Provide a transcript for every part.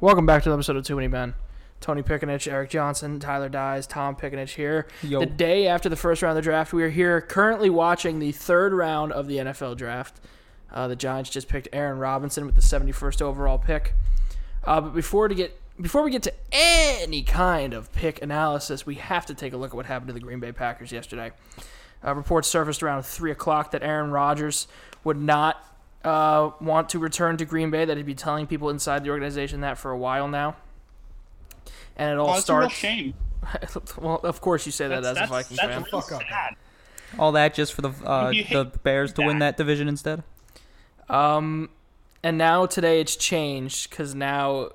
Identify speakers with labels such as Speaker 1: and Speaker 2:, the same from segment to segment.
Speaker 1: Welcome back to another episode of Too Many Men. Tony Pickenich, Eric Johnson, Tyler Dyes, Tom Pickenich here.
Speaker 2: Yo.
Speaker 1: The day after the first round of the draft, we are here currently watching the third round of the NFL draft. Uh, the Giants just picked Aaron Robinson with the 71st overall pick. Uh, but before to get before we get to any kind of pick analysis, we have to take a look at what happened to the Green Bay Packers yesterday. Uh, reports surfaced around three o'clock that Aaron Rodgers would not uh, want to return to Green Bay. That he'd be telling people inside the organization that for a while now. And it all
Speaker 3: Oh, it's a real
Speaker 1: starts.
Speaker 3: shame.
Speaker 1: well, of course you say that as a Vikings
Speaker 3: that's
Speaker 1: fan.
Speaker 3: real
Speaker 4: Fuck up.
Speaker 3: sad.
Speaker 2: All that just for the uh,
Speaker 3: You hate
Speaker 2: the Bears to win that division instead.
Speaker 1: Um, and now today it's changed because now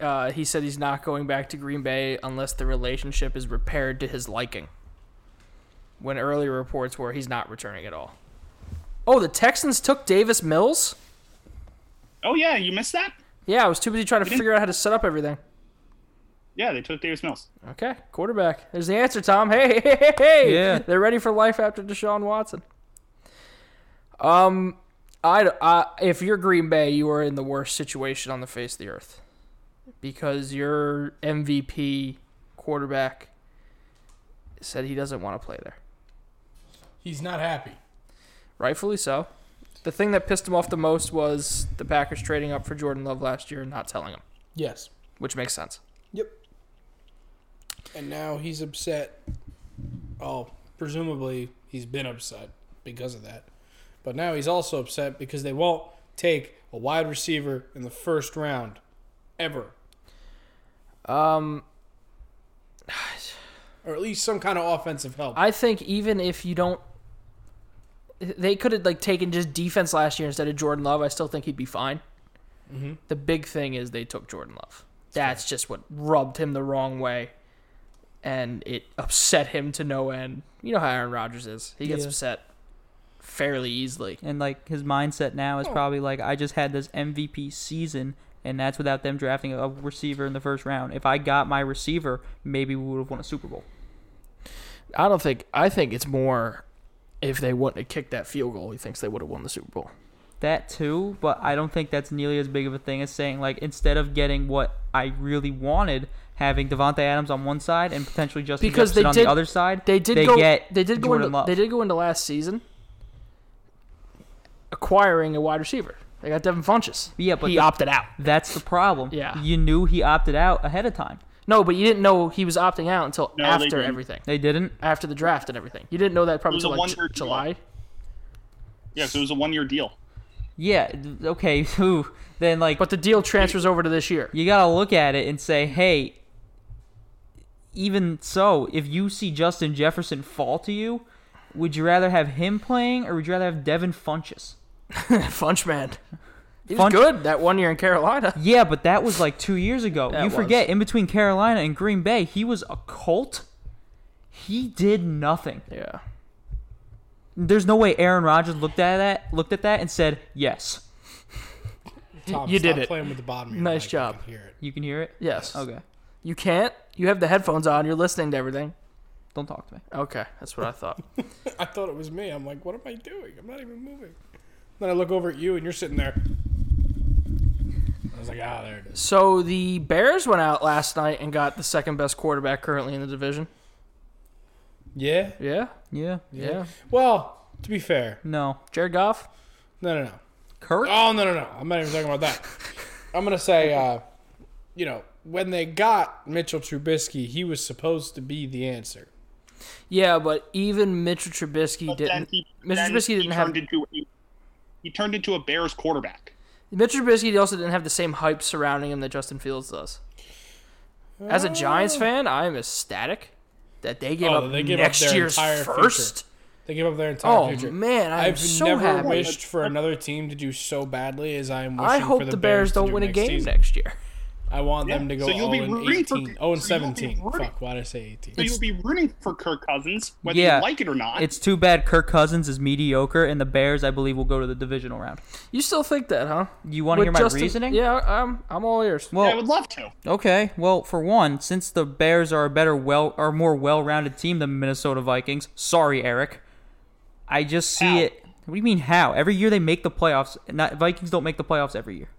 Speaker 1: uh, he said he's not going back to Green Bay unless the relationship is repaired to his liking. When earlier reports were he's not returning at all. Oh, the Texans took Davis Mills.
Speaker 3: Oh yeah, you missed that?
Speaker 1: Yeah, I was too busy trying to figure out how to set up everything.
Speaker 3: Yeah, they took Davis Mills.
Speaker 1: Okay, quarterback. There's the answer, Tom. Hey, hey, hey, hey.
Speaker 2: Yeah.
Speaker 1: They're ready for life after Deshaun Watson. Um, I, I if you're Green Bay, you are in the worst situation on the face of the earth because your MVP quarterback said he doesn't want to play there.
Speaker 4: He's not happy.
Speaker 1: Rightfully so. The thing that pissed him off the most was the Packers trading up for Jordan Love last year and not telling him,
Speaker 4: Yes.
Speaker 1: which makes sense.
Speaker 4: Yep. And now he's upset. Oh, presumably he's been upset because of that. But now he's also upset because they won't take a wide receiver in the first round ever.
Speaker 1: Um,
Speaker 4: Or at least some kind of offensive help.
Speaker 1: I think even if you don't, they could have like taken just defense last year instead of Jordan Love. I still think he'd be fine. The big thing is they took Jordan Love. Mm-hmm. That's just what rubbed him the wrong way, and it upset him to no end. You know how Aaron Rodgers is; he gets
Speaker 2: Yeah.
Speaker 1: upset fairly easily.
Speaker 2: And like his mindset now
Speaker 3: Oh.
Speaker 2: is probably like, I just had this MVP season, and that's without them drafting a receiver in the first round. If I got my receiver, maybe we would have won a Super Bowl.
Speaker 1: I don't think. I think it's more if they wouldn't have kicked that field goal, he thinks they would have won the Super Bowl.
Speaker 2: That too, but I don't think that's nearly as big of a thing as saying like instead of getting what I really wanted, having Devonte Adams on one side and potentially Justin
Speaker 1: Because they
Speaker 2: Jefferson on
Speaker 1: did-
Speaker 2: the other side,
Speaker 1: They did go.
Speaker 2: get
Speaker 1: they did go
Speaker 2: Jordan
Speaker 1: into
Speaker 2: Love.
Speaker 1: they did go into last season acquiring a wide receiver. They got Devin Funches.
Speaker 2: Yeah, but
Speaker 1: he
Speaker 2: the-
Speaker 1: opted out.
Speaker 2: That's the problem.
Speaker 1: Yeah.
Speaker 2: you knew he opted out ahead of time.
Speaker 1: No, but you didn't know he was opting out until
Speaker 3: No, they
Speaker 1: after
Speaker 3: didn't.
Speaker 1: everything,
Speaker 2: They didn't.
Speaker 1: after the draft and everything. You didn't know that probably
Speaker 3: was a
Speaker 1: until like Ju-
Speaker 3: one-year deal.
Speaker 1: July.
Speaker 3: Yeah, so it was a one-year deal.
Speaker 2: Yeah. th- Okay. Who? Then like
Speaker 1: But the deal transfers over to this year.
Speaker 2: you gotta look at it and say, hey. Even so, if you see Justin Jefferson fall to you, would you rather have him playing or would you rather have Devin Funches?
Speaker 1: Funch man, he was
Speaker 2: Funch-
Speaker 1: good that one year in Carolina.
Speaker 2: Yeah, but that was like two years ago.
Speaker 1: That
Speaker 2: you
Speaker 1: was.
Speaker 2: forget, in between Carolina and Green Bay, he was a cult. He did nothing.
Speaker 1: Yeah,
Speaker 2: There's no way Aaron Rodgers looked at that, looked at that, and said, "Yes,
Speaker 4: Tom,
Speaker 1: you did
Speaker 4: stop
Speaker 1: it.
Speaker 4: Playing with the bottom. Of your
Speaker 1: Nice
Speaker 4: mic. I
Speaker 1: job.
Speaker 4: can hear it.
Speaker 2: you can hear it."
Speaker 1: yes.
Speaker 2: Okay,
Speaker 1: You can't. You have the headphones on. You're listening to everything.
Speaker 2: don't talk to me.
Speaker 1: Okay, that's what I thought.
Speaker 4: I thought it was me. I'm like, what am I doing? I'm not even moving. Then I look over at you, and you're sitting there. I was like, ah, there it is.
Speaker 1: So the Bears went out last night and got the second best quarterback currently in the division.
Speaker 4: Yeah,
Speaker 1: Yeah,
Speaker 2: Yeah.
Speaker 1: yeah.
Speaker 4: Well, to be fair,
Speaker 2: No.
Speaker 1: Jared Goff.
Speaker 4: no, no, no.
Speaker 2: Kirk.
Speaker 4: Oh, no, no, no. I'm not even talking about that. I'm going to say, uh, you know, when they got Mitchell Trubisky, he was supposed to be the answer.
Speaker 1: Yeah, but even Mitchell Trubisky
Speaker 3: But then
Speaker 1: didn't.
Speaker 3: he,
Speaker 1: Mr.
Speaker 3: then
Speaker 1: Trubisky
Speaker 3: he
Speaker 1: didn't have-
Speaker 3: turned into a, he turned into a Bears quarterback.
Speaker 1: Mitchell Trubisky also didn't have the same hype surrounding him that Justin Fields does. As a Giants fan, I am ecstatic that they gave
Speaker 4: Oh,
Speaker 1: up
Speaker 4: they gave up
Speaker 1: next
Speaker 4: their
Speaker 1: year's
Speaker 4: entire
Speaker 1: first.
Speaker 4: They gave up their entire
Speaker 1: Oh
Speaker 4: future.
Speaker 1: man, I'm
Speaker 4: I've
Speaker 1: so
Speaker 4: never
Speaker 1: happy.
Speaker 4: wished for another team to do so badly as I am wishing
Speaker 1: I hope
Speaker 4: for
Speaker 1: the,
Speaker 4: the,
Speaker 1: Bears,
Speaker 4: to
Speaker 1: don't
Speaker 4: do
Speaker 1: win a
Speaker 4: next
Speaker 1: game
Speaker 4: season.
Speaker 1: next year.
Speaker 4: I want
Speaker 3: Yeah,
Speaker 4: them to go
Speaker 3: so you'll be
Speaker 4: 0 and
Speaker 3: rooting for-
Speaker 4: 18. 0 and
Speaker 3: so you'll be
Speaker 4: 17.
Speaker 3: rooting.
Speaker 4: Fuck, why did I say 18?
Speaker 3: So you'll be rooting for Kirk Cousins, whether
Speaker 2: Yeah.
Speaker 3: you like it or not.
Speaker 2: It's too bad Kirk Cousins is mediocre, and the Bears, I believe, will go to the divisional round.
Speaker 1: You still think that, huh?
Speaker 2: You want to
Speaker 1: With
Speaker 2: hear my
Speaker 1: Justin-
Speaker 2: reasoning?
Speaker 1: Yeah, I'm I'm all ears.
Speaker 2: Well,
Speaker 3: I would love to.
Speaker 2: okay. Well, for one, since the Bears are a better, well, are more well-rounded team than Minnesota Vikings. Sorry, Eric. I just see
Speaker 3: How?
Speaker 2: it. What do you mean how? Every year they make the playoffs. Not Vikings don't make the playoffs every year.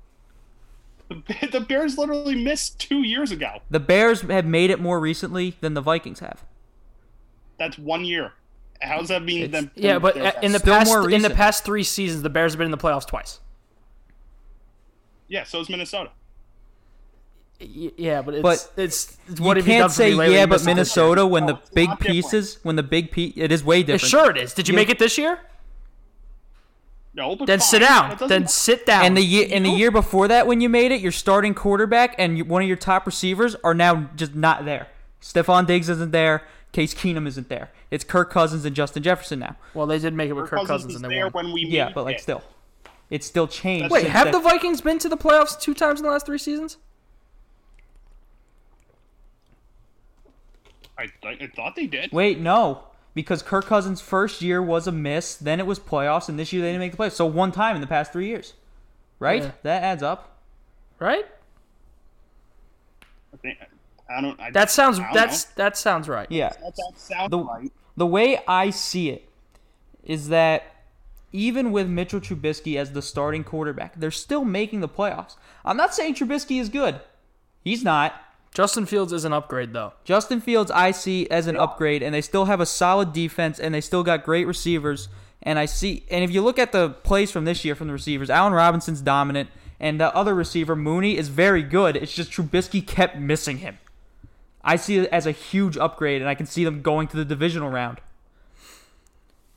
Speaker 3: The, the Bears literally missed two years ago.
Speaker 2: The Bears have made it more recently than the Vikings have.
Speaker 3: That's one year. How does that mean?
Speaker 2: It's-
Speaker 3: Them,
Speaker 1: Yeah,
Speaker 3: them
Speaker 1: but
Speaker 3: Bears?
Speaker 1: in the
Speaker 2: Still
Speaker 1: past
Speaker 2: more
Speaker 1: in the
Speaker 2: recent.
Speaker 1: past three seasons, the Bears have been in the playoffs twice.
Speaker 3: yeah, so is Minnesota.
Speaker 1: Y- Yeah, but it's
Speaker 2: But
Speaker 1: it's, it's
Speaker 2: You
Speaker 1: what have you done
Speaker 2: can't
Speaker 1: for
Speaker 2: say
Speaker 1: me lately?
Speaker 2: yeah,
Speaker 1: You
Speaker 2: but
Speaker 1: missed it this
Speaker 2: Minnesota when
Speaker 3: No,
Speaker 2: the
Speaker 3: it's
Speaker 2: big
Speaker 3: not different.
Speaker 2: pieces, when the big piece, it is way
Speaker 1: year.
Speaker 2: different.
Speaker 1: Sure, it is. Did you
Speaker 2: Yeah.
Speaker 1: make it this year?
Speaker 3: No, but
Speaker 1: Then
Speaker 3: fine.
Speaker 1: sit
Speaker 3: That
Speaker 1: down.
Speaker 3: doesn't
Speaker 1: Then
Speaker 3: matter.
Speaker 1: sit down.
Speaker 2: And the year and the year before that, when you made it, your starting quarterback and you, one of your top receivers are now just not there. Stephon Diggs isn't there. Case Keenum isn't there. It's Kirk Cousins and Justin Jefferson now.
Speaker 1: well, they did make it with Kirk
Speaker 3: Kirk
Speaker 1: Cousins,
Speaker 3: was
Speaker 1: and they
Speaker 3: there
Speaker 1: won.
Speaker 3: when we
Speaker 2: Yeah,
Speaker 3: made
Speaker 2: but like
Speaker 3: it.
Speaker 2: still, it's still changed.
Speaker 1: Wait,
Speaker 2: since
Speaker 1: have
Speaker 2: that-
Speaker 1: the Vikings been to the playoffs two times in the last three seasons?
Speaker 3: I, I, I thought they did.
Speaker 2: Wait, no, because Kirk Cousins' first year was a miss. Then it was playoffs, and this year they didn't make the playoffs. So one time in the past three years, right?
Speaker 1: Yeah.
Speaker 2: That adds up.
Speaker 1: Right?
Speaker 3: I, think, I don't. I,
Speaker 1: That sounds
Speaker 3: I don't
Speaker 1: that's that sounds right.
Speaker 2: Yeah.
Speaker 3: know. that, that sounds
Speaker 2: the
Speaker 3: right.
Speaker 2: the way I see it is that even with Mitchell Trubisky as the starting quarterback, they're still making the playoffs. I'm not saying Trubisky is good. He's not.
Speaker 1: Justin Fields is an upgrade though.
Speaker 2: Justin Fields I see as an upgrade and they still have a solid defense and they still got great receivers and I see and if you look at the plays from this year from the receivers, Allen Robinson's dominant and the other receiver Mooney is very good. It's just Trubisky kept missing him. I see it as a huge upgrade and I can see them going to the divisional round.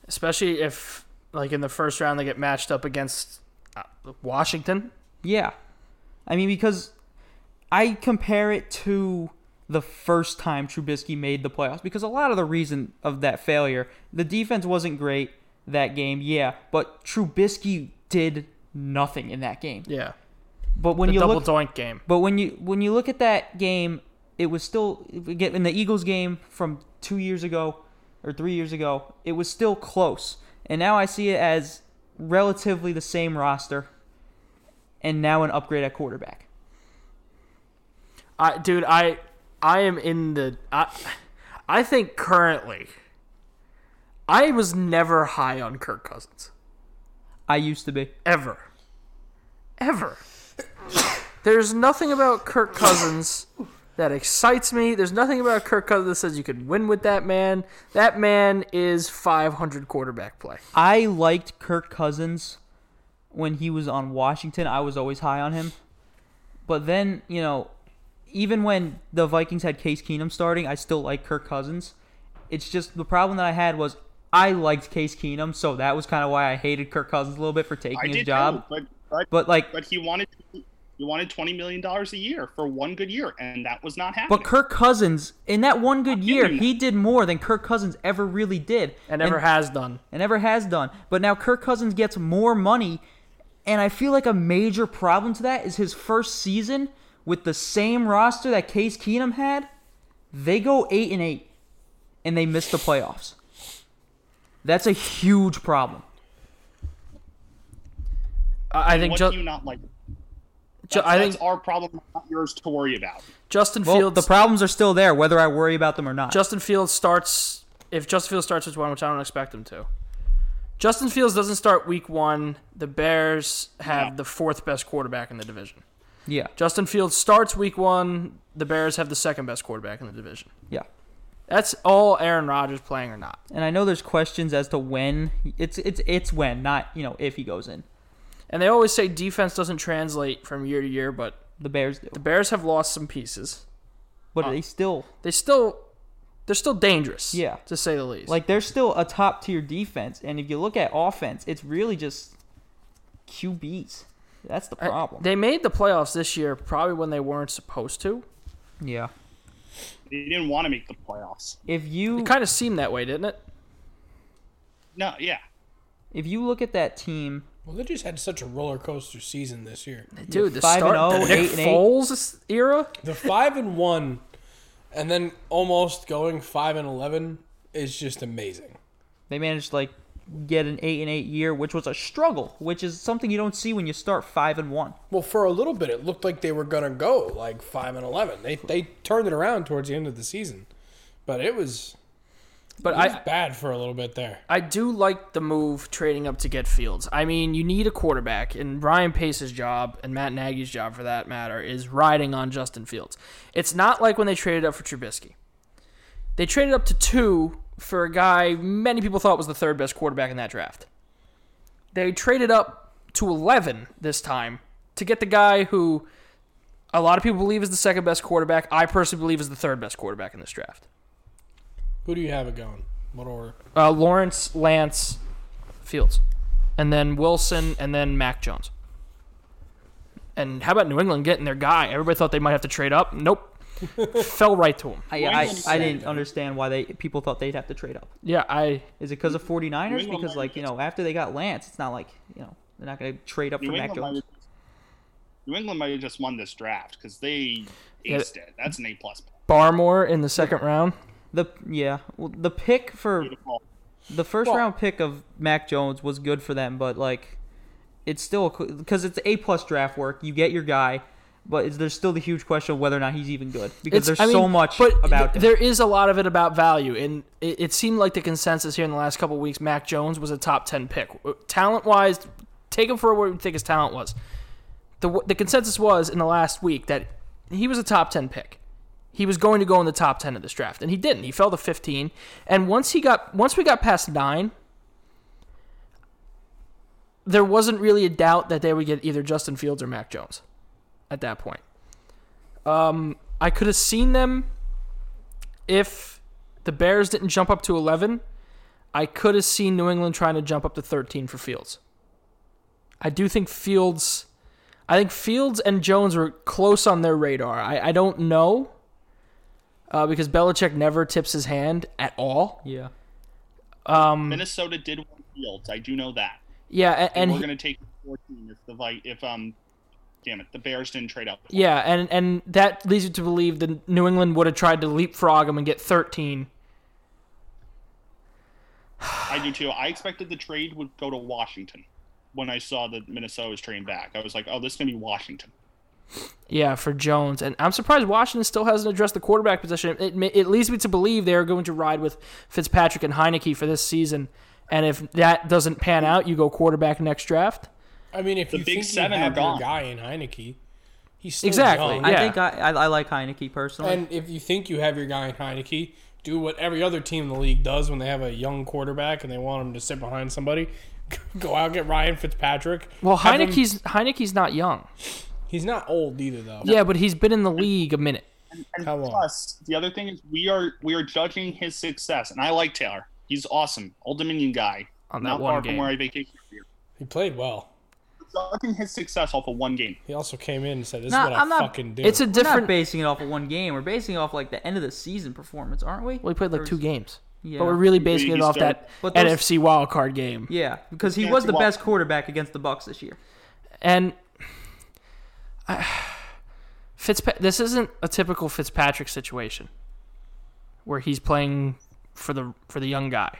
Speaker 1: Especially if like in the first round they get matched up against uh, Washington.
Speaker 2: Yeah. I mean, because I compare it to the first time Trubisky made the playoffs because a lot of the reason of that failure, the defense wasn't great that game, yeah, but Trubisky did nothing in that game.
Speaker 1: Yeah.
Speaker 2: But when
Speaker 1: The
Speaker 2: you
Speaker 1: double
Speaker 2: look
Speaker 1: doink game.
Speaker 2: but when you when you look at that game, it was still again, in the Eagles game from two years ago or three years ago. It was still close, and now I see it as relatively the same roster, and now an upgrade at quarterback.
Speaker 1: I dude, I I am in the I I think currently I was never high on Kirk Cousins.
Speaker 2: I used to be.
Speaker 1: Ever. Ever. There's nothing about Kirk Cousins that excites me. There's nothing about Kirk Cousins that says you could win with that man. That man is 500 quarterback play.
Speaker 2: I liked Kirk Cousins when he was on Washington. I was always high on him. But then, you know, even when the Vikings had Case Keenum starting, I still liked Kirk Cousins. It's just the problem that I had was I liked Case Keenum, so that was kind of why I hated Kirk Cousins a little bit for taking
Speaker 3: I
Speaker 2: his
Speaker 3: did
Speaker 2: job.
Speaker 3: job, but, but
Speaker 2: But like
Speaker 3: but he wanted he wanted twenty million dollars a year for one good year, and that was not happening.
Speaker 2: but Kirk Cousins in that one good year,
Speaker 3: giving
Speaker 2: he did more than Kirk Cousins ever really did.
Speaker 1: And never has done.
Speaker 2: and never has done. But now Kirk Cousins gets more money, and I feel like a major problem to that is his first season with the same roster that Case Keenum had. They go eight and eight, and they miss the playoffs. That's a huge problem.
Speaker 1: I I think
Speaker 3: what
Speaker 1: Ju-
Speaker 3: do you not like?
Speaker 1: Ju-
Speaker 3: That's,
Speaker 1: I think
Speaker 3: that's our problem, not yours to worry about.
Speaker 1: Justin
Speaker 2: Well,
Speaker 1: Fields
Speaker 2: the problems are still there, whether I worry about them or not.
Speaker 1: Justin Fields starts if Justin Fields starts with one, which I don't expect him to. Justin Fields doesn't start week one. The Bears have
Speaker 3: No.
Speaker 1: the fourth best quarterback in the division.
Speaker 2: yeah,
Speaker 1: Justin Fields starts week one. The Bears have the second best quarterback in the division.
Speaker 2: yeah.
Speaker 1: That's all Aaron Rodgers playing or not.
Speaker 2: And I know there's questions as to when it's it's it's when, not you know if he goes in.
Speaker 1: And they always say defense doesn't translate from year to year, but
Speaker 2: The Bears do,
Speaker 1: the Bears have lost some pieces.
Speaker 2: but they still
Speaker 1: They still they're still dangerous.
Speaker 2: Yeah.
Speaker 1: To say the least.
Speaker 2: Like they're still a top tier defense, and if you look at offense, it's really just QBs. That's the
Speaker 1: I-
Speaker 2: problem.
Speaker 1: They made the playoffs this year probably when they weren't supposed to.
Speaker 2: yeah.
Speaker 3: They didn't want to make the playoffs.
Speaker 2: If you
Speaker 1: It kind of seemed that way, didn't it?
Speaker 3: No, yeah,
Speaker 2: if you look at that team,
Speaker 4: Well, they just had such a roller coaster season this year.
Speaker 1: Dude, the
Speaker 2: Five and
Speaker 1: start
Speaker 2: oh,
Speaker 1: the Nick
Speaker 2: eight and eight.
Speaker 1: Foles era.
Speaker 4: The five and one, and then almost going five and eleven is just amazing.
Speaker 2: they managed to, like get an eight and eight year, which was a struggle, which is something you don't see when you start five and one.
Speaker 4: Well, for a little bit, it looked like they were gonna go like five and eleven. They they turned it around towards the end of the season, but it was
Speaker 1: But
Speaker 4: He was
Speaker 1: I,
Speaker 4: bad for a little bit there.
Speaker 1: I do like the move trading up to get Fields. I mean, you need a quarterback, and Ryan Pace's job and Matt Nagy's job, for that matter, is riding on Justin Fields. It's not like when they traded up for Trubisky. They traded up to two for a guy many people thought was the third best quarterback in that draft. They traded up to 11 this time to get the guy who a lot of people believe is the second best quarterback. I personally believe is the third best quarterback in this draft.
Speaker 4: Who do you have it going? What order?
Speaker 1: uh, Lawrence, Lance, Fields, and then Wilson, and then Mac Jones. And how about New England getting their guy? Everybody thought they might have to trade up. Nope, fell right to him.
Speaker 2: I, I, I didn't understand why they people thought they'd have to trade up.
Speaker 1: Yeah, I
Speaker 2: Is it because of 49ers?
Speaker 3: England
Speaker 2: Because,
Speaker 3: might
Speaker 2: like, you know, after they got Lance, it's not like, you know, they're not going to trade up for
Speaker 3: New
Speaker 2: Mac
Speaker 3: England, might
Speaker 2: Jones.
Speaker 3: have, New England might have just won this draft because they
Speaker 1: Yeah.
Speaker 3: aced it. That's an A plus.
Speaker 1: Barmore in the second round.
Speaker 2: The, yeah. Well, the pick for
Speaker 3: Beautiful.
Speaker 2: the first round pick of Mac Jones was good for them, but, like, it's still because it's A plus draft work. You get your guy, but it's, there's still the huge question of whether or not he's even good because there's
Speaker 1: I mean,
Speaker 2: so much
Speaker 1: but
Speaker 2: about
Speaker 1: th-
Speaker 2: him.
Speaker 1: there is a lot of it about value, and it, it seemed like the consensus here in the last couple of weeks, Mac Jones was a top ten pick, talent wise. Take him for what we think his talent was. The w- the consensus was in the last week that he was a top ten pick. He was going to go in the top ten of this draft, and he didn't. He fell to fifteen, and once he got once we got past nine. There wasn't really a doubt that they would get either Justin Fields or Mac Jones at that point. I could have seen them if the Bears didn't jump up to 11. I could have seen New England trying to jump up to 13 for Fields. I do think Fields, I think Fields and Jones were close on their radar. I, I don't know uh, because Belichick never tips his hand at all.
Speaker 2: yeah.
Speaker 1: Mm.
Speaker 3: Minnesota did want Fields. I do know that.
Speaker 1: Yeah, and, and
Speaker 3: We're
Speaker 1: he-
Speaker 3: going to take 14 if the Vi- if um, damn it, the Bears didn't trade up.
Speaker 1: yeah, and and that leads you to believe that New England would have tried to leapfrog him and get 13.
Speaker 3: I do too. I expected the trade would go to Washington when I saw that Minnesota was trading back. I was like, oh, this is going to be Washington.
Speaker 1: Yeah, for Jones, and I'm surprised Washington still hasn't addressed the quarterback position. It, ma- it leads me to believe they are going to ride with Fitzpatrick and Heineke for this season, and if that doesn't pan out, you go quarterback next draft.
Speaker 4: I mean, if
Speaker 3: The
Speaker 4: you
Speaker 3: big
Speaker 4: think
Speaker 3: seven
Speaker 4: you
Speaker 3: are
Speaker 4: have your
Speaker 3: gone.
Speaker 4: guy in Heineke, he's still
Speaker 1: Exactly.
Speaker 4: young.
Speaker 2: I
Speaker 1: Yeah.
Speaker 2: think I, I, I like Heineke personally.
Speaker 4: And if you think you have your guy in Heineke, do what every other team in the league does when they have a young quarterback and they want him to sit behind somebody. Go out get Ryan Fitzpatrick.
Speaker 1: Well,
Speaker 4: Have him-
Speaker 1: Heineke's Heineke's not young.
Speaker 4: he's not old either though.
Speaker 1: Yeah, but he's been in the league a minute.
Speaker 3: And
Speaker 4: How long?
Speaker 3: plus, the other thing is we are we are judging his success, and I like Taylor. He's awesome, Old Dominion guy.
Speaker 1: On that
Speaker 3: Not
Speaker 1: one
Speaker 3: far
Speaker 1: game.
Speaker 3: from where I vacation. every year.
Speaker 4: He played well.
Speaker 3: Judging his success off of one game.
Speaker 4: He also came in and said, "This
Speaker 2: Nah,
Speaker 4: is what i
Speaker 2: I'm not-
Speaker 4: fucking do."
Speaker 1: It's a
Speaker 2: We're not
Speaker 1: different.
Speaker 2: basing it off of one game. We're basing it off like the end of the season performance, aren't we?
Speaker 1: Well, he played like two games,
Speaker 2: Yeah.
Speaker 1: but we're really basing
Speaker 3: He-
Speaker 1: it
Speaker 3: he's
Speaker 1: off
Speaker 3: still-
Speaker 1: that
Speaker 2: But those-
Speaker 1: NFC wild card game.
Speaker 2: Yeah, because he
Speaker 3: Yeah,
Speaker 2: was the
Speaker 3: well-
Speaker 2: best quarterback against the Bucks this year.
Speaker 1: And I, Fitzpa- this isn't a typical Fitzpatrick situation where he's playing for the for the young guy.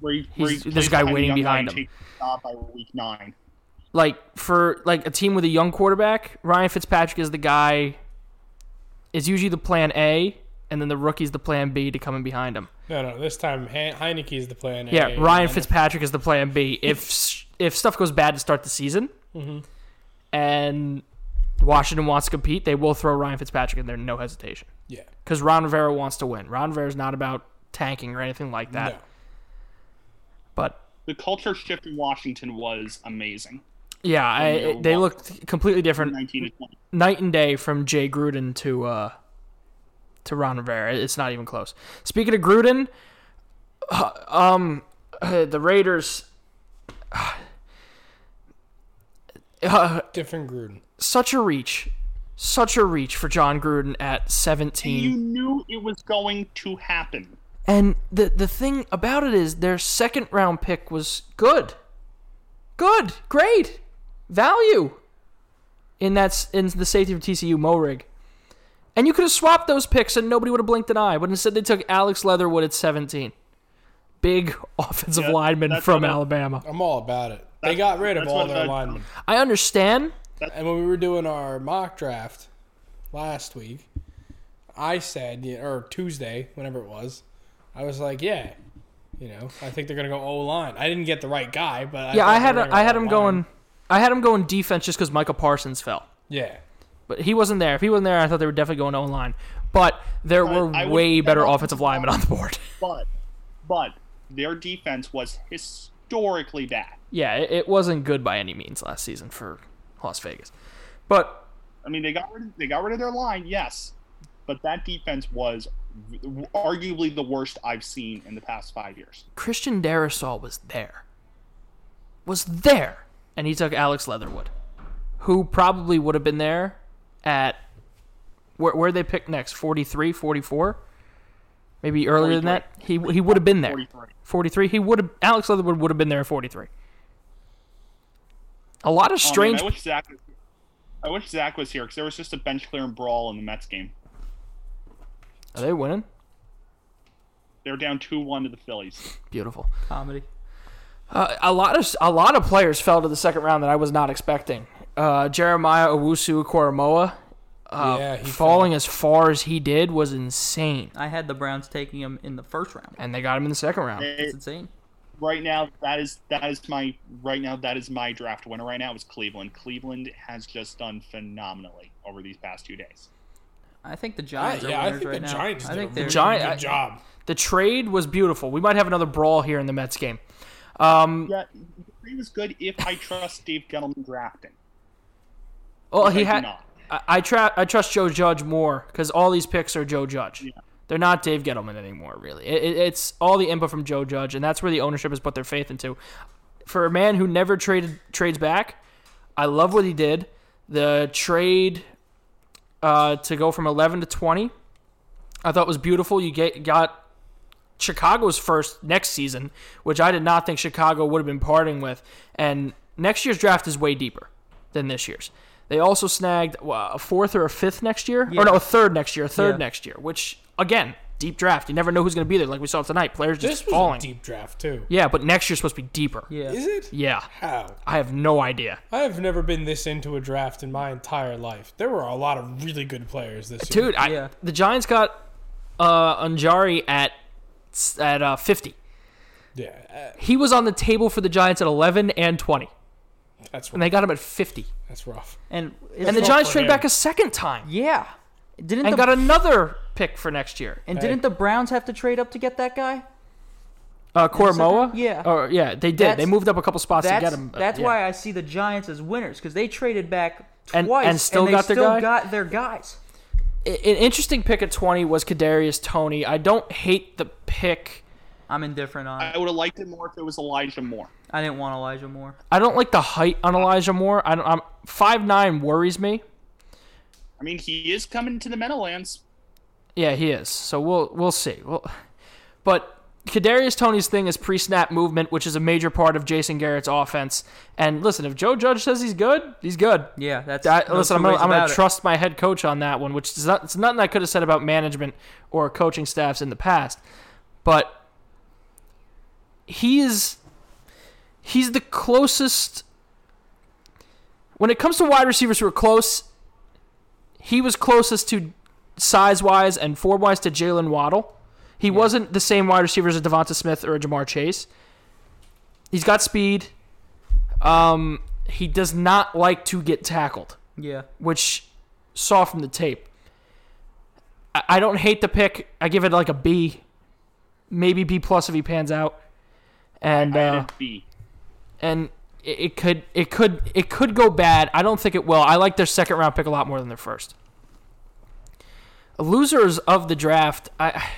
Speaker 3: Where he,
Speaker 1: He's- this guy waiting behind him.
Speaker 3: Stop by week nine.
Speaker 1: Like for like a team with a young quarterback, Ryan Fitzpatrick is the guy is usually the plan A and then the rookie's the plan B to come in behind him.
Speaker 4: no, no. This time He- Heineke is the plan.
Speaker 1: Yeah,
Speaker 4: A,
Speaker 1: Ryan
Speaker 4: and
Speaker 1: Fitzpatrick is the plan B if s- if stuff goes bad to start the season. And Washington wants to compete, they will throw Ryan Fitzpatrick in there no hesitation.
Speaker 4: Yeah,
Speaker 1: because Ron Rivera wants to win. Ron Rivera's not about tanking or anything like that.
Speaker 4: no.
Speaker 1: But
Speaker 3: The culture shift in Washington was amazing.
Speaker 1: yeah, I,
Speaker 3: Yeah,
Speaker 1: they
Speaker 3: wow.
Speaker 1: looked completely different,
Speaker 3: 19 to 20.
Speaker 1: night and day from Jay Gruden to uh, to Ron Rivera. It's not even close. Speaking of Gruden, uh, um, uh, the Raiders
Speaker 4: Different Gruden.
Speaker 1: uh, such a reach, such a reach for John Gruden at
Speaker 3: You
Speaker 1: seventeen.
Speaker 3: knew it was going to happen.
Speaker 1: And the the thing about it is their second round pick was good. Good. Great. Value. In that's in the safety for TCU Morig. And you could have swapped those picks and nobody would have blinked an eye, but instead they took Alex Leatherwood at 17. Big offensive
Speaker 3: Yeah,
Speaker 1: lineman
Speaker 3: that's
Speaker 1: from
Speaker 3: what I-
Speaker 1: Alabama.
Speaker 4: I'm all about it. They
Speaker 3: That's-
Speaker 4: got rid of
Speaker 3: that's
Speaker 4: all
Speaker 3: what
Speaker 4: their
Speaker 3: I-
Speaker 4: linemen.
Speaker 1: I understand.
Speaker 4: And when we were doing our mock draft last week, I said, yeah, or Tuesday, whenever it was, I was like, yeah, you know, I think they're gonna go O line. I didn't get the right guy, but I
Speaker 1: Yeah,
Speaker 4: thought
Speaker 1: I
Speaker 4: they
Speaker 1: had
Speaker 4: were gonna
Speaker 1: I had
Speaker 4: go
Speaker 1: him
Speaker 4: O-line.
Speaker 1: going. I had him going defense just because Michael Parsons fell,
Speaker 4: Yeah,
Speaker 1: but he wasn't there. If he wasn't there, I thought they were definitely going O line. But there were
Speaker 3: I would-
Speaker 1: way better
Speaker 3: that was-
Speaker 1: offensive linemen on the board.
Speaker 3: But, but their defense was historically bad.
Speaker 1: yeah, it, it wasn't good by any means last season for Las Vegas. But
Speaker 3: I mean, they got rid, they got rid of their line, yes, but that defense was arguably the worst I've seen in the past five years.
Speaker 1: Christian Darrisaw was there, was there, and he took Alex Leatherwood, who probably would have been there at where where they picked next 43, 44? maybe earlier than that. He he would have been there.
Speaker 3: 43.
Speaker 1: 43. He would have Alex Leatherwood would have been there at 43. A lot of
Speaker 3: Oh, man,
Speaker 1: strange
Speaker 3: I wish Zach. was here. I wish Zach was here because there was just a bench clearing brawl in the Mets game.
Speaker 1: Are they winning?
Speaker 3: They were down two one to the Phillies.
Speaker 1: Beautiful.
Speaker 2: Comedy.
Speaker 1: Uh, a lot of a lot of players fell to the second round that I was not expecting. Uh, Jeremiah Owusu Koromoa
Speaker 4: yeah, he
Speaker 1: uh, falling as far as he did was insane,
Speaker 2: I had the Browns taking him in the first round.
Speaker 1: and they got him in the second round.
Speaker 2: It's
Speaker 3: It-
Speaker 2: insane.
Speaker 3: right now, that is that is my right now that is my draft winner. Right now is Cleveland. Cleveland has just done phenomenally over these past two days.
Speaker 2: I think the
Speaker 4: I,
Speaker 2: Giants are
Speaker 4: yeah, I
Speaker 2: winners
Speaker 4: think
Speaker 2: right
Speaker 4: the
Speaker 2: now.
Speaker 4: Giants
Speaker 2: I think
Speaker 4: did a
Speaker 2: they're
Speaker 1: Giants-
Speaker 4: really
Speaker 1: Giant-
Speaker 4: good job.
Speaker 1: The trade was beautiful. We might have another brawl here in the Mets game.
Speaker 3: Yeah, he was good if I trust Steve Gentleman drafting.
Speaker 1: Well,
Speaker 3: Which
Speaker 1: he
Speaker 3: I do
Speaker 1: had.
Speaker 3: not.
Speaker 1: I I, tra- I trust Joe Judge more because all these picks are Joe Judge. They're not Dave Gettleman anymore, really. It, it, it's all the input from Joe Judge, and that's where the ownership has put their faith into. For a man who never traded trades back, I love what he did. The trade uh, to go from 11 to 20, I thought was beautiful. You get got Chicago's first next season, which I did not think Chicago would have been parting with. And next year's draft is way deeper than this year's. They also snagged wha- a fourth or a fifth next year, or no, a third next year, a third
Speaker 2: Yeah.
Speaker 1: next year. Which again, deep draft. You never know who's going to be there. Like we saw tonight, players just
Speaker 4: This was
Speaker 1: falling.
Speaker 4: a deep draft too.
Speaker 1: yeah, but next year's supposed to be deeper.
Speaker 2: Yeah.
Speaker 4: Is it?
Speaker 1: Yeah,
Speaker 4: How?
Speaker 1: I have no idea.
Speaker 2: Oh,
Speaker 4: I have never been this into a draft in my entire life. There were a lot of really good players this year.
Speaker 1: dude. I,
Speaker 2: Yeah.
Speaker 1: The Giants got uh, Anjari at at uh, fifty.
Speaker 4: Yeah,
Speaker 1: He was on the table for the Giants at eleven and twenty,
Speaker 4: uh, that's
Speaker 1: and
Speaker 4: rough.
Speaker 1: they got him at fifty.
Speaker 4: That's rough.
Speaker 2: And
Speaker 1: And the Giants
Speaker 4: for
Speaker 1: traded
Speaker 4: him.
Speaker 1: back a second time
Speaker 2: Oh, Yeah. Didn't
Speaker 1: and
Speaker 2: the
Speaker 1: got another pick for next year.
Speaker 2: and
Speaker 4: Hey.
Speaker 2: didn't the Browns have to trade up to get that guy?
Speaker 1: Uh, Koromoa?
Speaker 2: Yeah.
Speaker 1: Or, yeah, they did. they
Speaker 2: That's-
Speaker 1: moved up a couple spots to
Speaker 2: That's
Speaker 1: get him. uh,
Speaker 2: that's
Speaker 1: yeah.
Speaker 2: why I see the Giants as winners because they traded back
Speaker 1: And-
Speaker 2: twice
Speaker 1: and still
Speaker 2: they
Speaker 1: got their
Speaker 2: still
Speaker 1: guy?
Speaker 2: got their guys.
Speaker 1: I- An interesting pick at 20 was Kadarius Tony. I don't hate the pick.
Speaker 2: I'm indifferent on. it.
Speaker 3: I would have liked it more if it was Elijah Moore.
Speaker 2: I didn't want Elijah Moore.
Speaker 1: I don't like the height on Elijah Moore. I don't, I'm 5'9 worries me.
Speaker 3: I mean, he is coming to the Meadowlands.
Speaker 1: Yeah, he is. So we'll we'll see. Well, but Kadarius Tony's thing is pre-snap movement, which is a major part of Jason Garrett's offense. And listen, if Joe Judge says he's good, he's good.
Speaker 2: Yeah, that's
Speaker 1: I,
Speaker 2: no
Speaker 1: listen,
Speaker 2: two
Speaker 1: I'm gonna,
Speaker 2: ways
Speaker 1: I'm gonna
Speaker 2: about it.
Speaker 1: trust my head coach on that one, which is not, it's nothing I could have said about management or coaching staffs in the past, but he's he's the closest. When it comes to wide receivers who are close, he was closest to size wise and form wise to Jalen Waddle. He wasn't the same wide receiver as a Devonta Smith or a Jamar Chase. He's got speed. Um, he does not like to get tackled,
Speaker 2: Yeah,
Speaker 1: which saw from the tape. I, I don't hate the pick. I give it like a B, maybe B plus if he pans out. And
Speaker 3: I
Speaker 1: uh,
Speaker 3: had it be.
Speaker 1: and it, it could it could it could go bad. I don't think it will. I like their second round pick a lot more than their first. Losers of the draft. I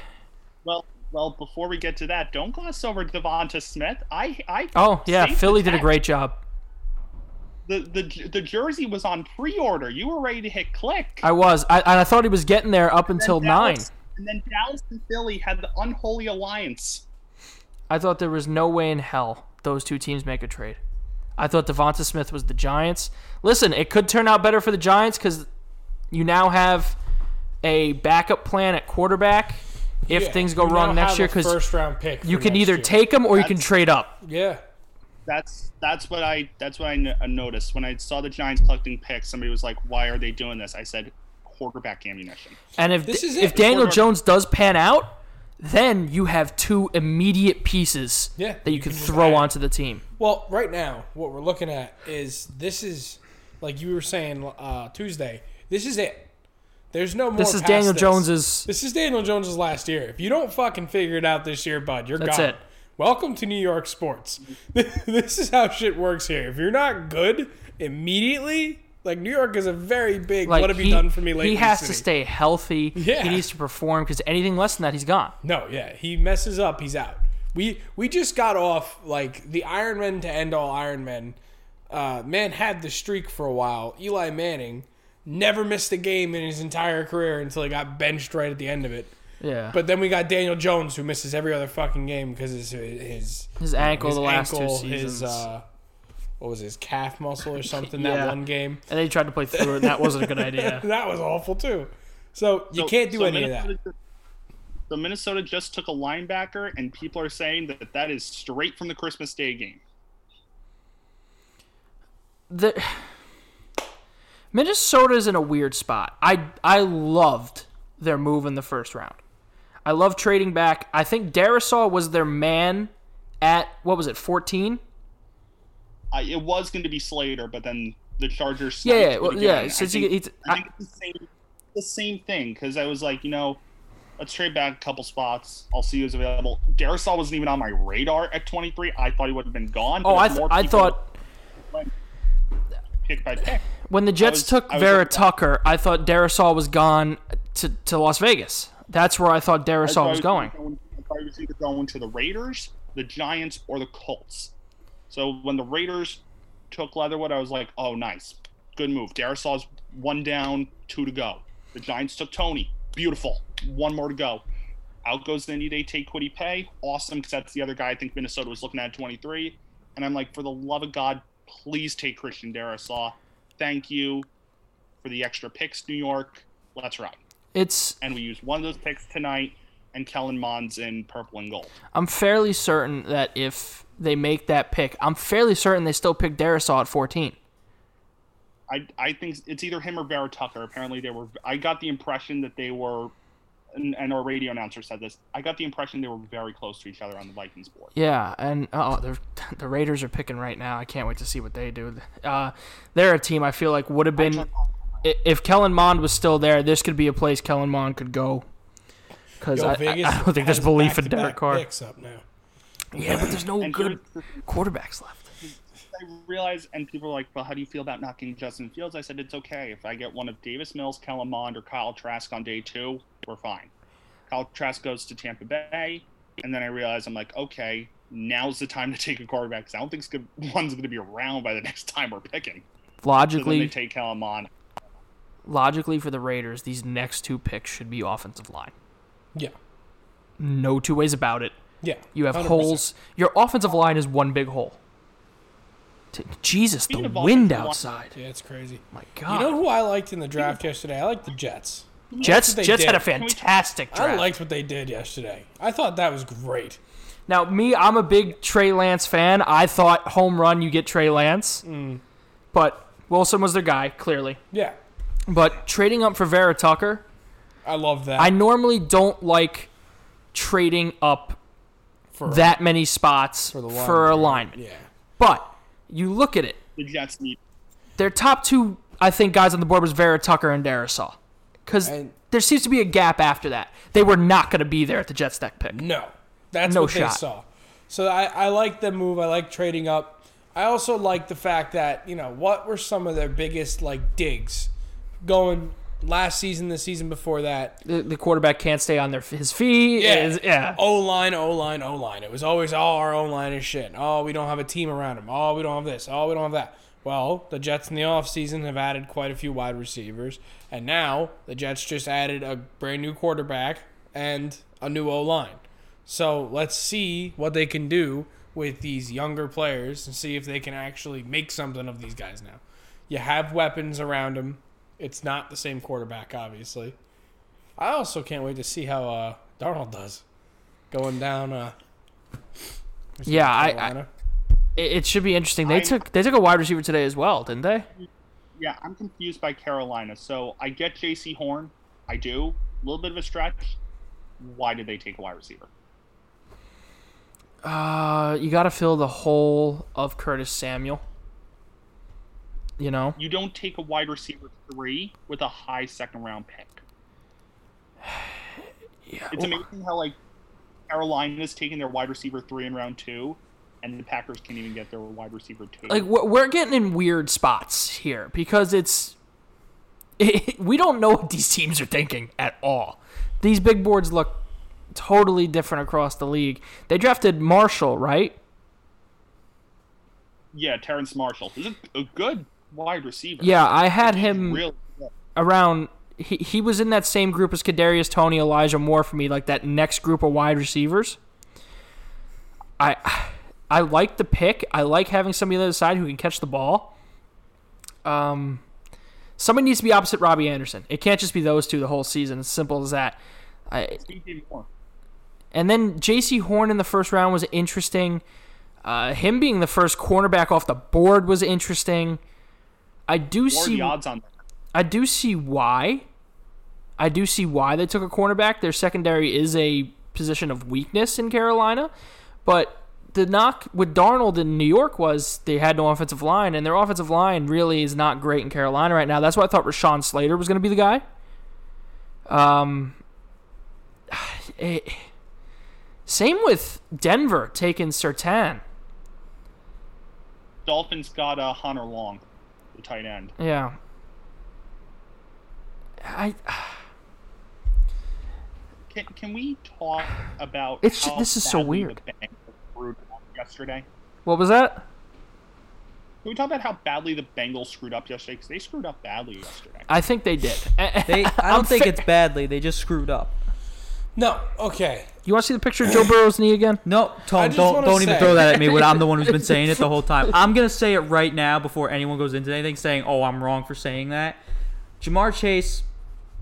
Speaker 3: Well, well. Before we get to that, don't gloss over Devonta Smith. I, I.
Speaker 1: oh yeah,
Speaker 3: saved
Speaker 1: Philly
Speaker 3: the
Speaker 1: did a
Speaker 3: tag.
Speaker 1: great job.
Speaker 3: The, the the jersey was on pre-order. You were ready to hit click.
Speaker 1: I was I and I thought he was getting there up until
Speaker 3: Then Dallas-
Speaker 1: nine.
Speaker 3: And then Dallas and Philly had the unholy alliance.
Speaker 1: I thought there was no way in hell those two teams make a trade. I thought Devonta Smith was the Giants. Listen, it could turn out better for the Giants because you now have a backup plan at quarterback if
Speaker 4: Yeah,
Speaker 1: things go
Speaker 4: you
Speaker 1: wrong
Speaker 4: now
Speaker 1: next
Speaker 4: have
Speaker 1: year
Speaker 4: a
Speaker 1: because
Speaker 4: first round pick.
Speaker 1: you
Speaker 4: for
Speaker 1: can
Speaker 4: next
Speaker 1: either
Speaker 4: year.
Speaker 1: take him or you can
Speaker 3: That's-
Speaker 1: trade up.
Speaker 4: Yeah,
Speaker 3: That's that's what I that's what I n- uh, noticed when I saw the Giants collecting picks. Somebody was like, "Why are they doing this?" I said, "Quarterback ammunition."
Speaker 1: And if
Speaker 4: This is
Speaker 1: if
Speaker 4: it.
Speaker 1: Daniel
Speaker 3: Quarterback-
Speaker 1: Jones does pan out, then you have two immediate pieces
Speaker 4: Yeah,
Speaker 1: that you
Speaker 4: you
Speaker 1: can
Speaker 4: can just
Speaker 1: throw
Speaker 4: add.
Speaker 1: onto the team.
Speaker 4: Well, right now, what we're looking at is this is like you were saying uh, Tuesday. This is it. There's no more.
Speaker 1: This is
Speaker 4: past
Speaker 1: Daniel
Speaker 4: this.
Speaker 1: Jones's.
Speaker 4: This is Daniel Jones's last year. If you don't fucking figure it out this year, bud, you're
Speaker 1: That's
Speaker 4: gone.
Speaker 1: it.
Speaker 4: Welcome to New York sports. this is how shit works here. If you're not good immediately, like New York is a very big
Speaker 1: Like
Speaker 4: what have
Speaker 1: he,
Speaker 4: you done for me lately.
Speaker 1: he has
Speaker 4: city.
Speaker 1: to stay healthy.
Speaker 4: Yeah.
Speaker 1: He needs to perform because anything less than that, he's gone.
Speaker 4: No, yeah, he messes up, he's out. We we just got off like the Iron Man to end all Iron Men. Uh, man had the streak for a while. Eli Manning never missed a game in his entire career until he got benched right at the end of it.
Speaker 1: Yeah.
Speaker 4: But then we got Daniel Jones who misses every other fucking game because his his
Speaker 1: his ankle
Speaker 4: his
Speaker 1: the last
Speaker 4: ankle,
Speaker 1: two seasons,
Speaker 4: his uh, what was it, his calf muscle or something
Speaker 1: Yeah.
Speaker 4: that one game.
Speaker 1: and they tried to play through it. and That wasn't a good idea.
Speaker 4: That was awful too. So you can't do any of that.
Speaker 3: of that. So Minnesota just took a linebacker, and people are saying that that is straight from the Christmas Day game.
Speaker 1: the Minnesota's in a weird spot. I I loved their move in the first round. I love trading back. I think Darisaw was their man at what was it, fourteen?
Speaker 3: I, it was going to be Slater, but then the Chargers.
Speaker 1: Yeah,
Speaker 3: sniped
Speaker 1: yeah,
Speaker 3: it
Speaker 1: well,
Speaker 3: again.
Speaker 1: yeah. Since
Speaker 3: I
Speaker 1: he,
Speaker 3: think,
Speaker 1: he's,
Speaker 3: I
Speaker 1: I,
Speaker 3: think it's the same, the same thing because I was like, you know, let's trade back a couple spots. I'll see who's available. Darisaw wasn't even on my radar at 23. I thought he would have been gone.
Speaker 1: oh,
Speaker 3: but
Speaker 1: I
Speaker 3: if more
Speaker 1: I
Speaker 3: people
Speaker 1: thought
Speaker 3: pick by pick.
Speaker 1: when the Jets
Speaker 3: was-
Speaker 1: took
Speaker 3: I was
Speaker 1: Vera
Speaker 3: like that.
Speaker 1: Tucker, I thought Darisaw was gone to, to Las Vegas. That's where I thought
Speaker 3: I
Speaker 1: Darisaw
Speaker 3: thought
Speaker 1: was
Speaker 3: he was
Speaker 1: going.
Speaker 3: I thought he was either going to the Raiders, the Giants, or the Colts. So when the Raiders took Leatherwood, I was like, oh, nice. Good move. Darisaw's one down, two to go. The Giants took Tony. Beautiful. One more to go. Out goes Indy. They take Quiddy Pay. Awesome, because that's the other guy I think Minnesota was looking at at 23. And I'm like, for the love of God, please take Christian Darisaw. Thank you for the extra picks, New York. Let's ride
Speaker 1: It's
Speaker 3: and we use one of those picks tonight. And Kellen Mond's in purple and gold.
Speaker 1: I'm fairly certain that if they make that pick, I'm fairly certain they still pick Darisaw at fourteen.
Speaker 3: I, I think it's either him or Vera Tucker. Apparently, they were. I got the impression that they were, and, and our radio announcer said this. I got the impression they were very close to each other on the Vikings board.
Speaker 1: Yeah, and oh, they're- the Raiders are picking right now. I can't wait to see what they do. Uh, they're a team I feel like would have been i- if Kellen Mond was still there. This could be a place Kellen Mond could go because
Speaker 4: Yo,
Speaker 1: I, I-
Speaker 4: Vegas
Speaker 1: I don't think there's
Speaker 4: has
Speaker 1: belief in
Speaker 4: back-to-back
Speaker 1: Derek Carr.
Speaker 4: picks up now.
Speaker 1: Yeah, but there's no
Speaker 3: And
Speaker 1: good
Speaker 3: here's
Speaker 1: quarterbacks left.
Speaker 3: I realized, and people were like, "Well, how do you feel about knocking Justin Fields?" I said, "It's okay. If I get one of Davis Mills, Kellen Mond, or Kyle Trask on day two, we're fine." Kyle Trask goes to Tampa Bay, and then I realized I'm like, "Okay, now's the time to take a quarterback because I don't think it's gonna, one's going to be around by the next time we're picking." So then they
Speaker 1: Logically,
Speaker 3: take Kellen Mond.
Speaker 1: logically for the Raiders, these next two picks should be offensive line.
Speaker 4: Yeah,
Speaker 1: No two ways about it.
Speaker 4: yeah.
Speaker 1: You have
Speaker 4: 100%.
Speaker 1: holes. Your offensive line is one big hole. T- Jesus, the
Speaker 3: Speaking of
Speaker 1: wind
Speaker 3: offensive line-
Speaker 1: outside.
Speaker 4: Yeah, it's crazy.
Speaker 1: My God.
Speaker 4: You know who I liked in the draft yesterday? I liked the Jets.
Speaker 1: Jets
Speaker 4: what they
Speaker 1: Jets had
Speaker 4: did.
Speaker 1: a fantastic draft.
Speaker 4: I liked what they did yesterday. I thought that was great.
Speaker 1: now me, I'm a big Trey Lance fan. I thought home run you get Trey Lance. But Wilson was their guy, clearly.
Speaker 4: Yeah,
Speaker 1: But trading up for Vera Tucker,
Speaker 4: I love that.
Speaker 1: I normally don't like trading up
Speaker 4: for
Speaker 1: that many spots for, a
Speaker 4: the lineman.
Speaker 1: lineman.
Speaker 4: Yeah,
Speaker 1: But you look at it,
Speaker 3: The Jets need
Speaker 1: their top two, I think, guys on the board was Vera Tucker and Darisaw. Because
Speaker 4: And-
Speaker 1: there seems to be a gap after that. They were not going to be there at the Jets deck pick.
Speaker 4: no, that's
Speaker 1: No
Speaker 4: what
Speaker 1: shot.
Speaker 4: they saw. So I, I like the move. I like trading up. I also like the fact that you know what were some of their biggest like digs going last season, the season before that.
Speaker 1: The, the quarterback can't stay on their his feet. Is- yeah.
Speaker 4: O line, O line, O line. It was always all our O line is shit. Oh, we don't have a team around him. Oh, we don't have this. Oh, we don't have that. Well, the Jets in the offseason have added quite a few wide receivers. And now the Jets just added a brand new quarterback and a new O line. So let's see what they can do with these younger players and see if they can actually make something of these guys now. You have weapons around them. It's not the same quarterback, obviously. I also can't wait to see how uh, Darnold does going down. Uh,
Speaker 1: Yeah, I, I
Speaker 4: Carolina.
Speaker 1: it- it should be interesting. They
Speaker 3: I-
Speaker 1: took they took a wide receiver today as well, didn't they?
Speaker 3: Yeah, I'm confused by Carolina. So I get J.C. Horn. I do. A little bit of a stretch. why did they take a wide receiver?
Speaker 1: Uh, you got to fill the hole of Curtis Samuel. You know,
Speaker 3: You don't take a wide receiver three with a high second round pick.
Speaker 1: yeah.
Speaker 3: It's amazing how like Carolina's taking their wide receiver three in round two, and the Packers can't even get their wide receiver two.
Speaker 1: like we're, we're getting in weird spots here because it's we don't know what these teams are thinking at all. These big boards look totally different across the league. They drafted Marshall, right?
Speaker 3: yeah, Terrence Marshall is a, a good wide receiver.
Speaker 1: Yeah, um, I had him
Speaker 3: really. good.
Speaker 1: around. He, he was in that same group as Kadarius Tony, Elijah Moore for me, like that next group of wide receivers. I I like the pick. I like having somebody on the other side who can catch the ball. Um, somebody needs to be opposite Robbie Anderson. It can't just be those two the whole season. It's simple as that. I,
Speaker 3: DJ Moore.
Speaker 1: and then J.C. Horn in the first round was interesting. Uh, him being the first cornerback off the board was interesting. I do
Speaker 3: What are
Speaker 1: see
Speaker 3: the odds on that?
Speaker 1: I do see why. I do see why they took a cornerback. Their secondary is a position of weakness in Carolina, but the knock with Darnold in New York was they had no offensive line, and their offensive line really is not great in Carolina right now. That's why I thought Rashawn Slater was going to be the guy. Um, eh, same with Denver taking Sertan.
Speaker 3: Dolphins got uh, Hunter Long, the tight end.
Speaker 1: Yeah. I
Speaker 3: Can, can we talk about
Speaker 1: It's ju-
Speaker 3: how
Speaker 1: this is so
Speaker 3: badly
Speaker 1: weird.
Speaker 3: the Bengals screwed up yesterday?
Speaker 1: what was that?
Speaker 3: Can we talk about how badly the Bengals screwed up yesterday? Because they screwed up badly yesterday.
Speaker 1: I think they did.
Speaker 2: They, I
Speaker 1: I'm
Speaker 2: don't think
Speaker 1: fi-
Speaker 2: it's badly. They just screwed up.
Speaker 4: No, okay.
Speaker 1: You want to see the picture of Joe Burrow's knee again?
Speaker 2: No, Tom,
Speaker 4: just
Speaker 2: don't
Speaker 4: wanna
Speaker 2: don't even
Speaker 4: say-
Speaker 2: throw that at me. When I'm the one who's been saying it the whole time. I'm gonna say it right now before anyone goes into anything saying, "Oh, I'm wrong for saying that." Jamar Chase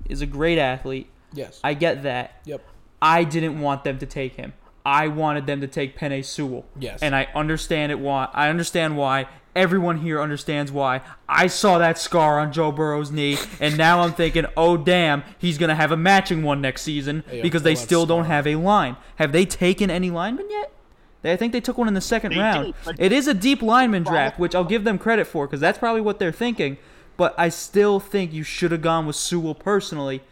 Speaker 2: is a great athlete.
Speaker 4: Yes.
Speaker 2: I get that.
Speaker 4: yep.
Speaker 2: I didn't want them to take him. I wanted them to take Penny Sewell.
Speaker 4: Yes.
Speaker 2: And I understand it why I understand why. Everyone here understands why. I saw that scar on Joe Burrow's knee, and now I'm thinking, oh damn, he's gonna have a matching one next season
Speaker 4: Yeah,
Speaker 2: because they
Speaker 4: pull that
Speaker 2: still don't
Speaker 4: scar.
Speaker 2: have a line. Have they taken any linemen yet? They, I think they took one in the second
Speaker 3: They
Speaker 2: round.
Speaker 3: did, but-
Speaker 2: it is a deep lineman draft, which I'll give them credit for because that's probably what they're thinking. But I still think you should have gone with Sewell personally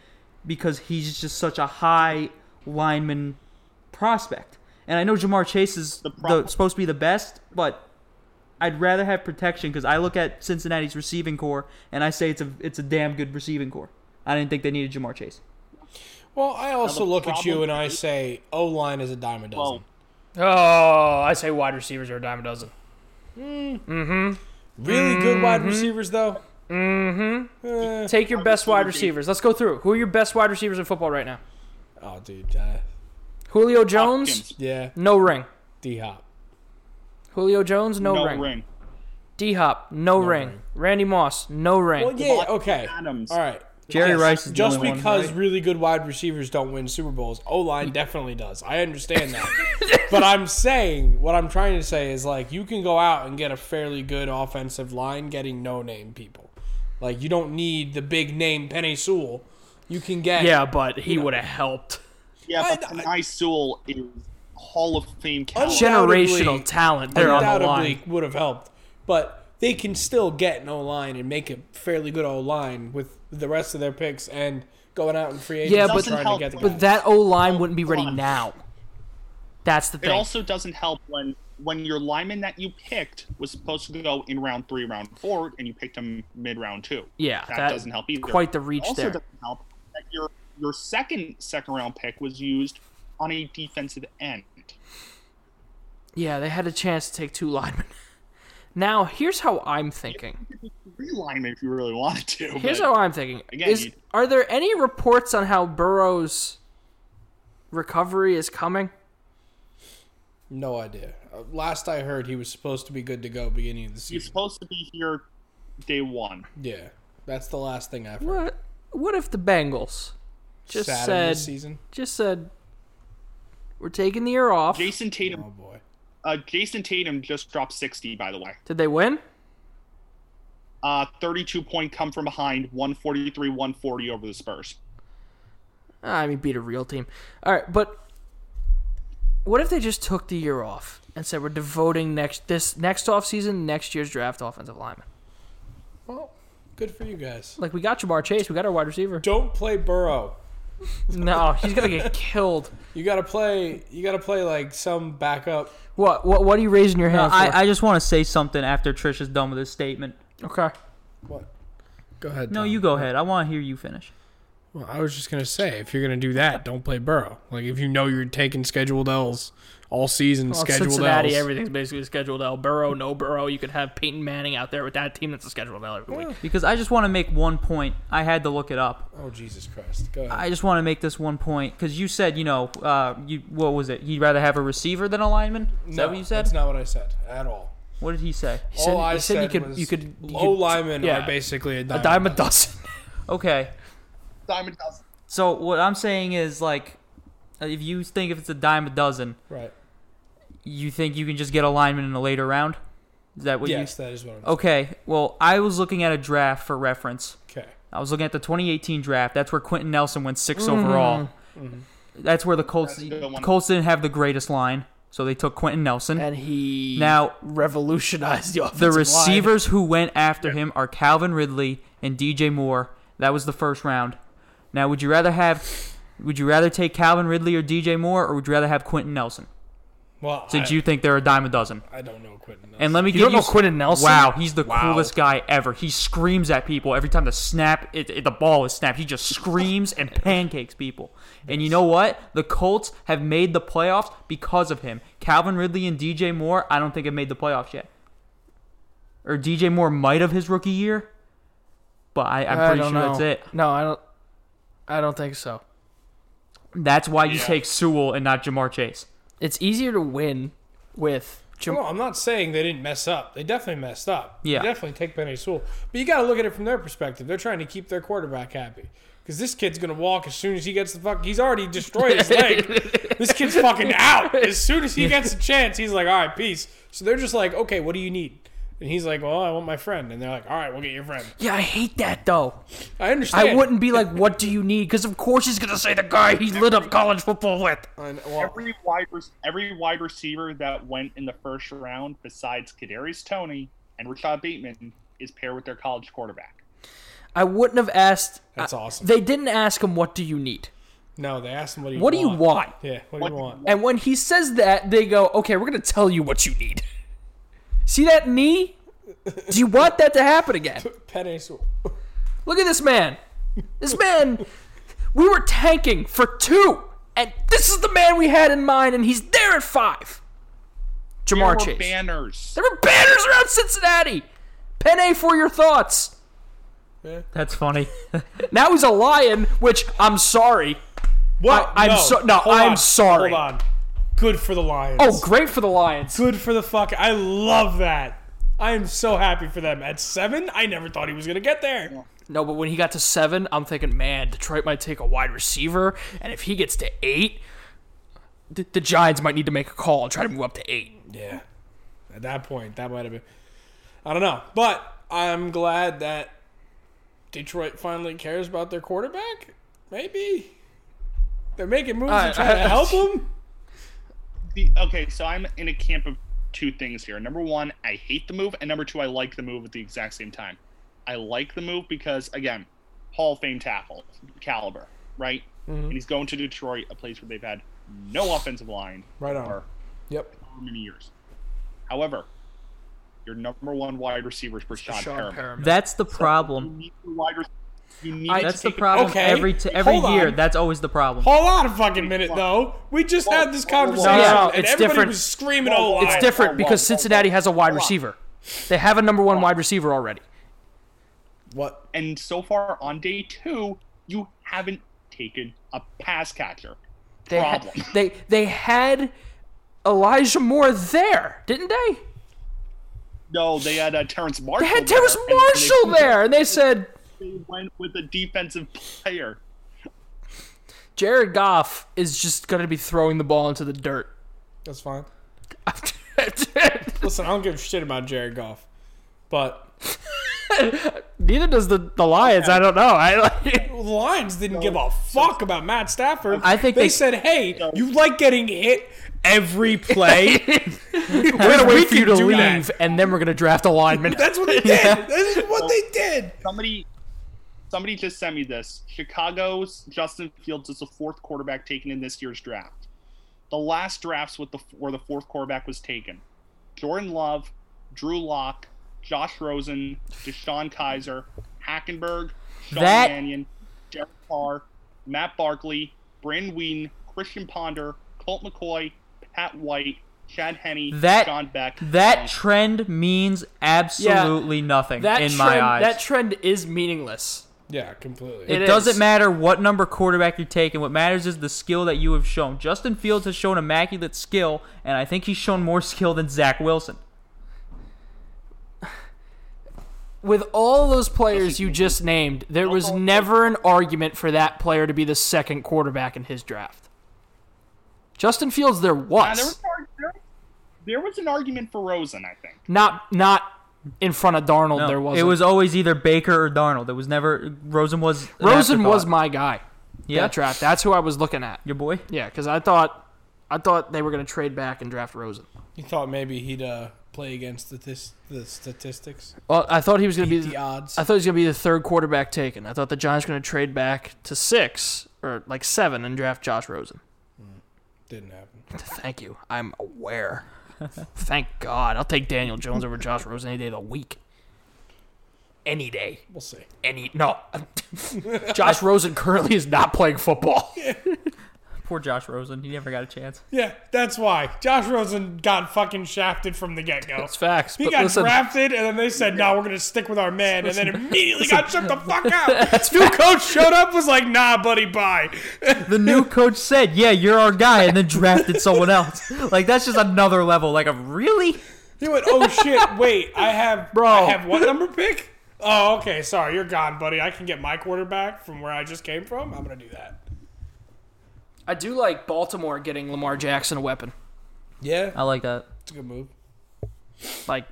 Speaker 2: because he's just such a high lineman prospect. And I know Jamar Chase is the
Speaker 3: problem-
Speaker 2: supposed to be the best, but I'd rather have protection because I look at Cincinnati's receiving core and I say it's a it's a damn good receiving core. I didn't think they needed Jamar Chase.
Speaker 4: Well, I also
Speaker 3: the
Speaker 4: look at you
Speaker 3: problem
Speaker 4: and I
Speaker 3: is-
Speaker 4: say O line is a dime a dozen.
Speaker 3: Well,
Speaker 1: Oh, I say wide receivers are a dime a dozen.
Speaker 4: really good wide receivers though. Mm-hmm.
Speaker 1: Take your best wide receivers. Let's go through. Who are your best wide receivers in football right now?
Speaker 4: oh, dude. Uh,
Speaker 1: Julio Jones,
Speaker 3: Hopkins,
Speaker 4: yeah.
Speaker 1: no ring.
Speaker 4: D Hop.
Speaker 1: Julio Jones, no,
Speaker 3: no
Speaker 1: ring.
Speaker 3: ring.
Speaker 1: D Hop, no, ring.
Speaker 4: ring.
Speaker 1: Randy Moss, no ring.
Speaker 4: Well, yeah.
Speaker 3: Devontae
Speaker 4: Okay.
Speaker 3: Adams.
Speaker 4: All right.
Speaker 2: Jerry Rice is the
Speaker 4: Just
Speaker 2: only one,
Speaker 4: because
Speaker 2: right?
Speaker 4: really good wide receivers don't win Super Bowls, O line definitely does. I understand that. but I'm saying what I'm trying to say is like you can go out and get a fairly good offensive line getting no name people. Like you don't need the big name Penny Sewell. You can get
Speaker 1: yeah, but he would have helped.
Speaker 3: Yeah, but
Speaker 4: I- I-
Speaker 3: Panay Sewell is Hall of Fame
Speaker 4: Undoubtedly-
Speaker 3: caliber.
Speaker 1: Generational talent there on the
Speaker 4: undoubtedly
Speaker 1: line.
Speaker 4: would have helped. But they can still get an O line and make a fairly good O line with the rest of their picks and going out in free agency
Speaker 1: Yeah, but-
Speaker 4: trying to get the
Speaker 1: But
Speaker 4: guys.
Speaker 1: that O line wouldn't be ready
Speaker 3: on.
Speaker 1: now. That's the
Speaker 3: It
Speaker 1: thing.
Speaker 3: also doesn't help when when your lineman that you picked was supposed to go in round three, round four, and you picked him mid round two.
Speaker 1: Yeah,
Speaker 3: that,
Speaker 1: that-
Speaker 3: doesn't help either.
Speaker 1: quite the reach
Speaker 3: it also
Speaker 1: there.
Speaker 3: doesn't help that your your second second round pick was used on a defensive end.
Speaker 1: yeah, they had a chance to take two linemen. Now, here's how I'm thinking.
Speaker 3: Three linemen if you really wanted to.
Speaker 1: Here's
Speaker 3: but
Speaker 1: how I'm thinking.
Speaker 3: Again,
Speaker 1: is,
Speaker 3: you-
Speaker 1: Are there any reports on how Burrow's recovery is coming?
Speaker 4: No idea. Uh, Last I heard, he was supposed to be good to go beginning of the
Speaker 3: you're
Speaker 4: season.
Speaker 3: supposed to be here day one.
Speaker 4: Yeah, that's the last thing I've heard.
Speaker 1: What What if the Bengals just
Speaker 4: Sad of
Speaker 1: said
Speaker 4: this season.
Speaker 1: just said we're taking the year off?
Speaker 3: Jason Tatum.
Speaker 4: Oh boy.
Speaker 3: Uh, Jason Tatum just dropped sixty. By the way,
Speaker 1: Did they win?
Speaker 3: uh, thirty-two point come from behind, one forty-three, one forty over the Spurs.
Speaker 1: Ah, I mean, beat a real team. All right, but what if they just took the year off and said we're devoting next this next off season, next year's draft offensive lineman?
Speaker 4: Well, good for you guys.
Speaker 1: Like we got Jamar Chase, we got our wide receiver.
Speaker 4: Don't play Burrow.
Speaker 1: No, he's gonna get killed.
Speaker 4: You gotta play. You gotta play like some backup.
Speaker 1: What? What? What are you raising your hand for?
Speaker 2: I, I just want to say something after Trish is done with this statement.
Speaker 1: okay.
Speaker 4: What? Go ahead.
Speaker 2: No,
Speaker 4: Tom.
Speaker 2: you go ahead. I want to hear you finish.
Speaker 4: Well, I was just gonna say, if you're gonna do that, don't play Burrow. Like if you know you're taking scheduled L's all season,
Speaker 1: Well,
Speaker 4: scheduled
Speaker 1: Cincinnati,
Speaker 4: L's.
Speaker 1: everything's basically scheduled L. Burrow, no Burrow. You could have Peyton Manning out there with that team that's a scheduled L every week.
Speaker 2: Because I just want to make one point. I had to look it up.
Speaker 4: oh Jesus Christ! Go ahead.
Speaker 2: I just want to make this one point because you said, you know, uh, you what was it? You'd rather have a receiver than a lineman. Is
Speaker 4: no,
Speaker 2: that what you said?
Speaker 4: That's not what I said at all.
Speaker 2: what did he say?
Speaker 1: He said,
Speaker 4: all I
Speaker 1: he said, you could
Speaker 4: was
Speaker 1: you could you could-
Speaker 4: low linemen
Speaker 1: yeah.
Speaker 4: are basically a dime.
Speaker 1: a dime a dozen.
Speaker 2: Okay,
Speaker 3: Diamond does.
Speaker 2: so what I'm saying is like, uh, if you think if it's a dime a dozen,
Speaker 4: Right.
Speaker 2: you think you can just get a lineman in a later round. Is that what
Speaker 4: yes, that is what I'm.
Speaker 2: you? Okay. Well, I was looking at a draft for reference.
Speaker 4: Okay.
Speaker 2: I was looking at the 2018 draft. That's where Quentin Nelson went 6th overall. That's where the Colts
Speaker 3: That's a good one.
Speaker 2: Colts didn't have the greatest line, so they took Quentin Nelson.
Speaker 1: And he
Speaker 2: now
Speaker 1: revolutionized the offensive
Speaker 2: the
Speaker 1: line.
Speaker 2: receivers who went after him are Calvin Ridley and DJ Moore. That was the first round. Now, would you rather have would you rather take Calvin Ridley or DJ Moore, or would you rather have Quentin Nelson?
Speaker 4: Well, I,
Speaker 2: Since you think they're a dime a dozen.
Speaker 4: I don't know Quentin.
Speaker 2: And let me
Speaker 1: You
Speaker 2: give
Speaker 1: don't
Speaker 2: you
Speaker 1: know Quentin Nelson?
Speaker 2: Wow, he's the coolest guy ever. He screams at people every time the snap, it, it- the ball is snapped. He just screams and pancakes people. And you know what? The Colts have made the playoffs because of him. Calvin Ridley and DJ Moore, I don't think have made the playoffs yet. Or DJ Moore might have his rookie year, but I, I'm
Speaker 1: I
Speaker 2: pretty
Speaker 1: don't
Speaker 2: sure
Speaker 1: know.
Speaker 2: that's it.
Speaker 1: No, I don't. I don't think so.
Speaker 2: That's why you
Speaker 3: Yeah.
Speaker 2: take Sewell and not Jamar Chase.
Speaker 1: It's easier to win with. Jam-
Speaker 4: No, I'm not saying they didn't mess up. They definitely messed up.
Speaker 2: Yeah.
Speaker 4: They definitely take Penny Sewell. But you got to look at it from their perspective. They're trying to keep their quarterback happy. Because this kid's going to walk as soon as he gets the fuck. He's already destroyed his leg. this kid's fucking out. As soon as he gets a chance, he's like, all right, peace. So they're just like, okay, what do you need? And he's like, well, I want my friend. And they're like, all right, we'll get your friend.
Speaker 1: yeah, I hate that though.
Speaker 4: I understand.
Speaker 1: I wouldn't be like, "What do you need?" Because of course he's gonna say the guy he lit up college football with.
Speaker 4: I know- well,
Speaker 3: Every wide, rec- every wide receiver that went in the first round, besides Kadarius Tony and Rashad Bateman, is paired with their college quarterback.
Speaker 1: I wouldn't have asked.
Speaker 4: That's
Speaker 1: I-
Speaker 4: awesome.
Speaker 1: They didn't ask him, "What do you need?"
Speaker 4: no, they asked him, what do you
Speaker 1: What do
Speaker 4: want?
Speaker 1: you want?
Speaker 4: Yeah, what,
Speaker 3: What
Speaker 4: do you want?
Speaker 1: And when he says that, they go, "Okay, we're gonna tell you what you need." See that knee? Do you want that to happen again?
Speaker 4: Penny Sewell.
Speaker 1: Look at this man. This man. We were tanking for two, and this is the man we had in mind, and he's there at five.
Speaker 3: There
Speaker 1: Jamar
Speaker 3: were
Speaker 1: Chase.
Speaker 3: banners.
Speaker 1: There were banners around Cincinnati. Pen A for your thoughts.
Speaker 2: That's funny.
Speaker 1: Now he's a lion, which I'm sorry.
Speaker 4: What?
Speaker 1: I- I'm
Speaker 4: Oh, no.
Speaker 1: so- no,
Speaker 4: Hold
Speaker 1: I'm
Speaker 4: on.
Speaker 1: sorry.
Speaker 4: Hold on. Good for the Lions.
Speaker 1: Oh, great for the Lions.
Speaker 4: good for the fuck. I love that. I am so happy for them. At seven, I never thought he was gonna get there.
Speaker 1: No, but when he got to seven, I'm thinking, man, Detroit might take a wide receiver, and if he gets to eight, the, the Giants might need to make a call and try to move up to eight.
Speaker 4: Yeah. At that point, that might have been. I don't know, but I'm glad that Detroit finally cares about their quarterback. Maybe they're making moves
Speaker 1: I-
Speaker 4: to try
Speaker 1: I-
Speaker 4: to help him.
Speaker 3: The, okay, so I'm in a camp of two things here. Number one, I hate the move, and number two, I like the move at the exact same time. I like the move because, again, Hall of Fame tackle caliber, right? And he's going to Detroit, a place where they've had no offensive line
Speaker 4: Right on.
Speaker 3: for
Speaker 4: Yep.
Speaker 3: how many years. However, your number one wide receiver is Rashad
Speaker 1: Sean
Speaker 3: Perriman.
Speaker 1: Perriman.
Speaker 2: that's the
Speaker 3: You
Speaker 2: problem.
Speaker 3: need the wide rec- You need
Speaker 1: I-
Speaker 3: to
Speaker 2: That's the
Speaker 3: take a-
Speaker 2: problem
Speaker 4: Okay,
Speaker 2: every t- every
Speaker 4: hold
Speaker 2: year.
Speaker 4: on.
Speaker 2: That's always the problem.
Speaker 4: Hold on a fucking minute, though. We just had this
Speaker 3: Whoa, whoa, whoa, whoa.
Speaker 4: conversation,
Speaker 1: No, no,
Speaker 4: and
Speaker 1: it's
Speaker 4: everybody
Speaker 1: different.
Speaker 4: was screaming
Speaker 3: Whoa,
Speaker 4: "Oh,
Speaker 3: whoa,
Speaker 1: It's
Speaker 3: whoa.
Speaker 4: line."
Speaker 1: different because
Speaker 3: whoa,
Speaker 1: Cincinnati has a wide
Speaker 3: whoa.
Speaker 1: receiver. They have a number one wide receiver already.
Speaker 4: What?
Speaker 3: and so far on day two, you haven't taken a pass catcher.
Speaker 1: They had,
Speaker 3: Problem.
Speaker 1: they they had Elijah Moore there, didn't they?
Speaker 3: No, they had uh, Terrence Marshall.
Speaker 1: They had
Speaker 3: there,
Speaker 1: Terrace
Speaker 3: and
Speaker 1: Marshall there, and they said
Speaker 3: They went with a defensive player.
Speaker 1: Jared Goff is just going to be throwing the ball into the dirt.
Speaker 4: That's fine.
Speaker 1: I
Speaker 4: Listen, I don't give a shit about Jared Goff, but
Speaker 1: Neither does the, the Lions. I don't know. I like,
Speaker 4: The Lions didn't give a fuck about Matt Stafford.
Speaker 2: I think
Speaker 4: they,
Speaker 2: they-
Speaker 4: said, "Hey, you like getting hit every play.
Speaker 1: we're gonna
Speaker 4: We
Speaker 1: wait for you to
Speaker 4: can do
Speaker 1: leave,
Speaker 4: that.
Speaker 1: and then we're gonna draft a lineman.
Speaker 4: That's what they did. That's what they did."
Speaker 3: Somebody, somebody just sent me this. Chicago's Justin Fields is the fourth quarterback taken in this year's draft. The last drafts with the where the fourth quarterback was taken: Jordan Love, Drew Lock, Josh Rosen, Deshaun Kaiser, Hackenberg, Sean
Speaker 2: That-
Speaker 3: Mannion, Derek Carr, Matt Barkley, Brandon Whedon, Christian Ponder, Colt McCoy, Pat White, Chad Henney,
Speaker 2: That-
Speaker 3: John Beck.
Speaker 2: That
Speaker 3: and-
Speaker 2: trend means absolutely nothing
Speaker 1: That
Speaker 2: in
Speaker 1: trend,
Speaker 2: my eyes.
Speaker 1: that trend is meaningless.
Speaker 4: Yeah, completely.
Speaker 1: It
Speaker 2: It
Speaker 1: is.
Speaker 2: doesn't matter what number quarterback you're taking. What matters is the skill that you have shown. Justin Fields has shown immaculate skill, and I think he's shown more skill than Zach Wilson.
Speaker 1: With all those players you just named, there was never an argument for that player to be the second quarterback in his draft. Justin Fields, there
Speaker 3: Yeah, there was,
Speaker 1: was
Speaker 3: an arg- there, there was an argument for Rosen, I think.
Speaker 1: not not in front of Darnold.
Speaker 2: No,
Speaker 1: there wasn't.
Speaker 2: It was always either Baker or Darnold. It was never Rosen was. an
Speaker 1: Rosen was
Speaker 2: afterthought.
Speaker 1: my guy.
Speaker 2: yeah,
Speaker 1: That draft. That's who I was looking at.
Speaker 2: your boy.
Speaker 1: Yeah, because I thought I thought they were going to trade back and draft Rosen.
Speaker 4: You thought maybe he'd uh, play against the, tis- the statistics,
Speaker 1: Well, I thought he was going to be.
Speaker 4: beat the odds.
Speaker 1: I thought he was going to be the third quarterback taken. I thought the Giants were going to trade back to six or like seven and draft Josh Rosen.
Speaker 4: Didn't happen.
Speaker 1: Thank you. I'm aware. Thank God. I'll take Daniel Jones over Josh Rosen any day of the week. Any day.
Speaker 4: We'll see.
Speaker 1: Any. No. Josh Rosen currently is not playing football.
Speaker 2: Poor Josh Rosen. He never got a chance.
Speaker 4: Yeah, that's why Josh Rosen got fucking shafted from the get go.
Speaker 1: That's facts.
Speaker 4: He
Speaker 1: but
Speaker 4: got
Speaker 1: listen,
Speaker 4: drafted, and then they said, "No, we're gonna stick with our man," and then immediately got shut the fuck out.
Speaker 1: that's
Speaker 4: New coach showed up, was like, "Nah, buddy, bye."
Speaker 2: The new coach said, "Yeah, you're our guy," and then drafted someone else. Like that's just another level. Like a really.
Speaker 4: He went, "Oh shit, wait, I have,
Speaker 1: Bro.
Speaker 4: I have what number pick?" Oh, okay, sorry, you're gone, buddy. I can get my quarterback from where I just came from. I'm gonna do that.
Speaker 1: I do like Baltimore getting Lamar Jackson a weapon.
Speaker 4: Yeah,
Speaker 2: I like that.
Speaker 4: it's a good move.
Speaker 1: Like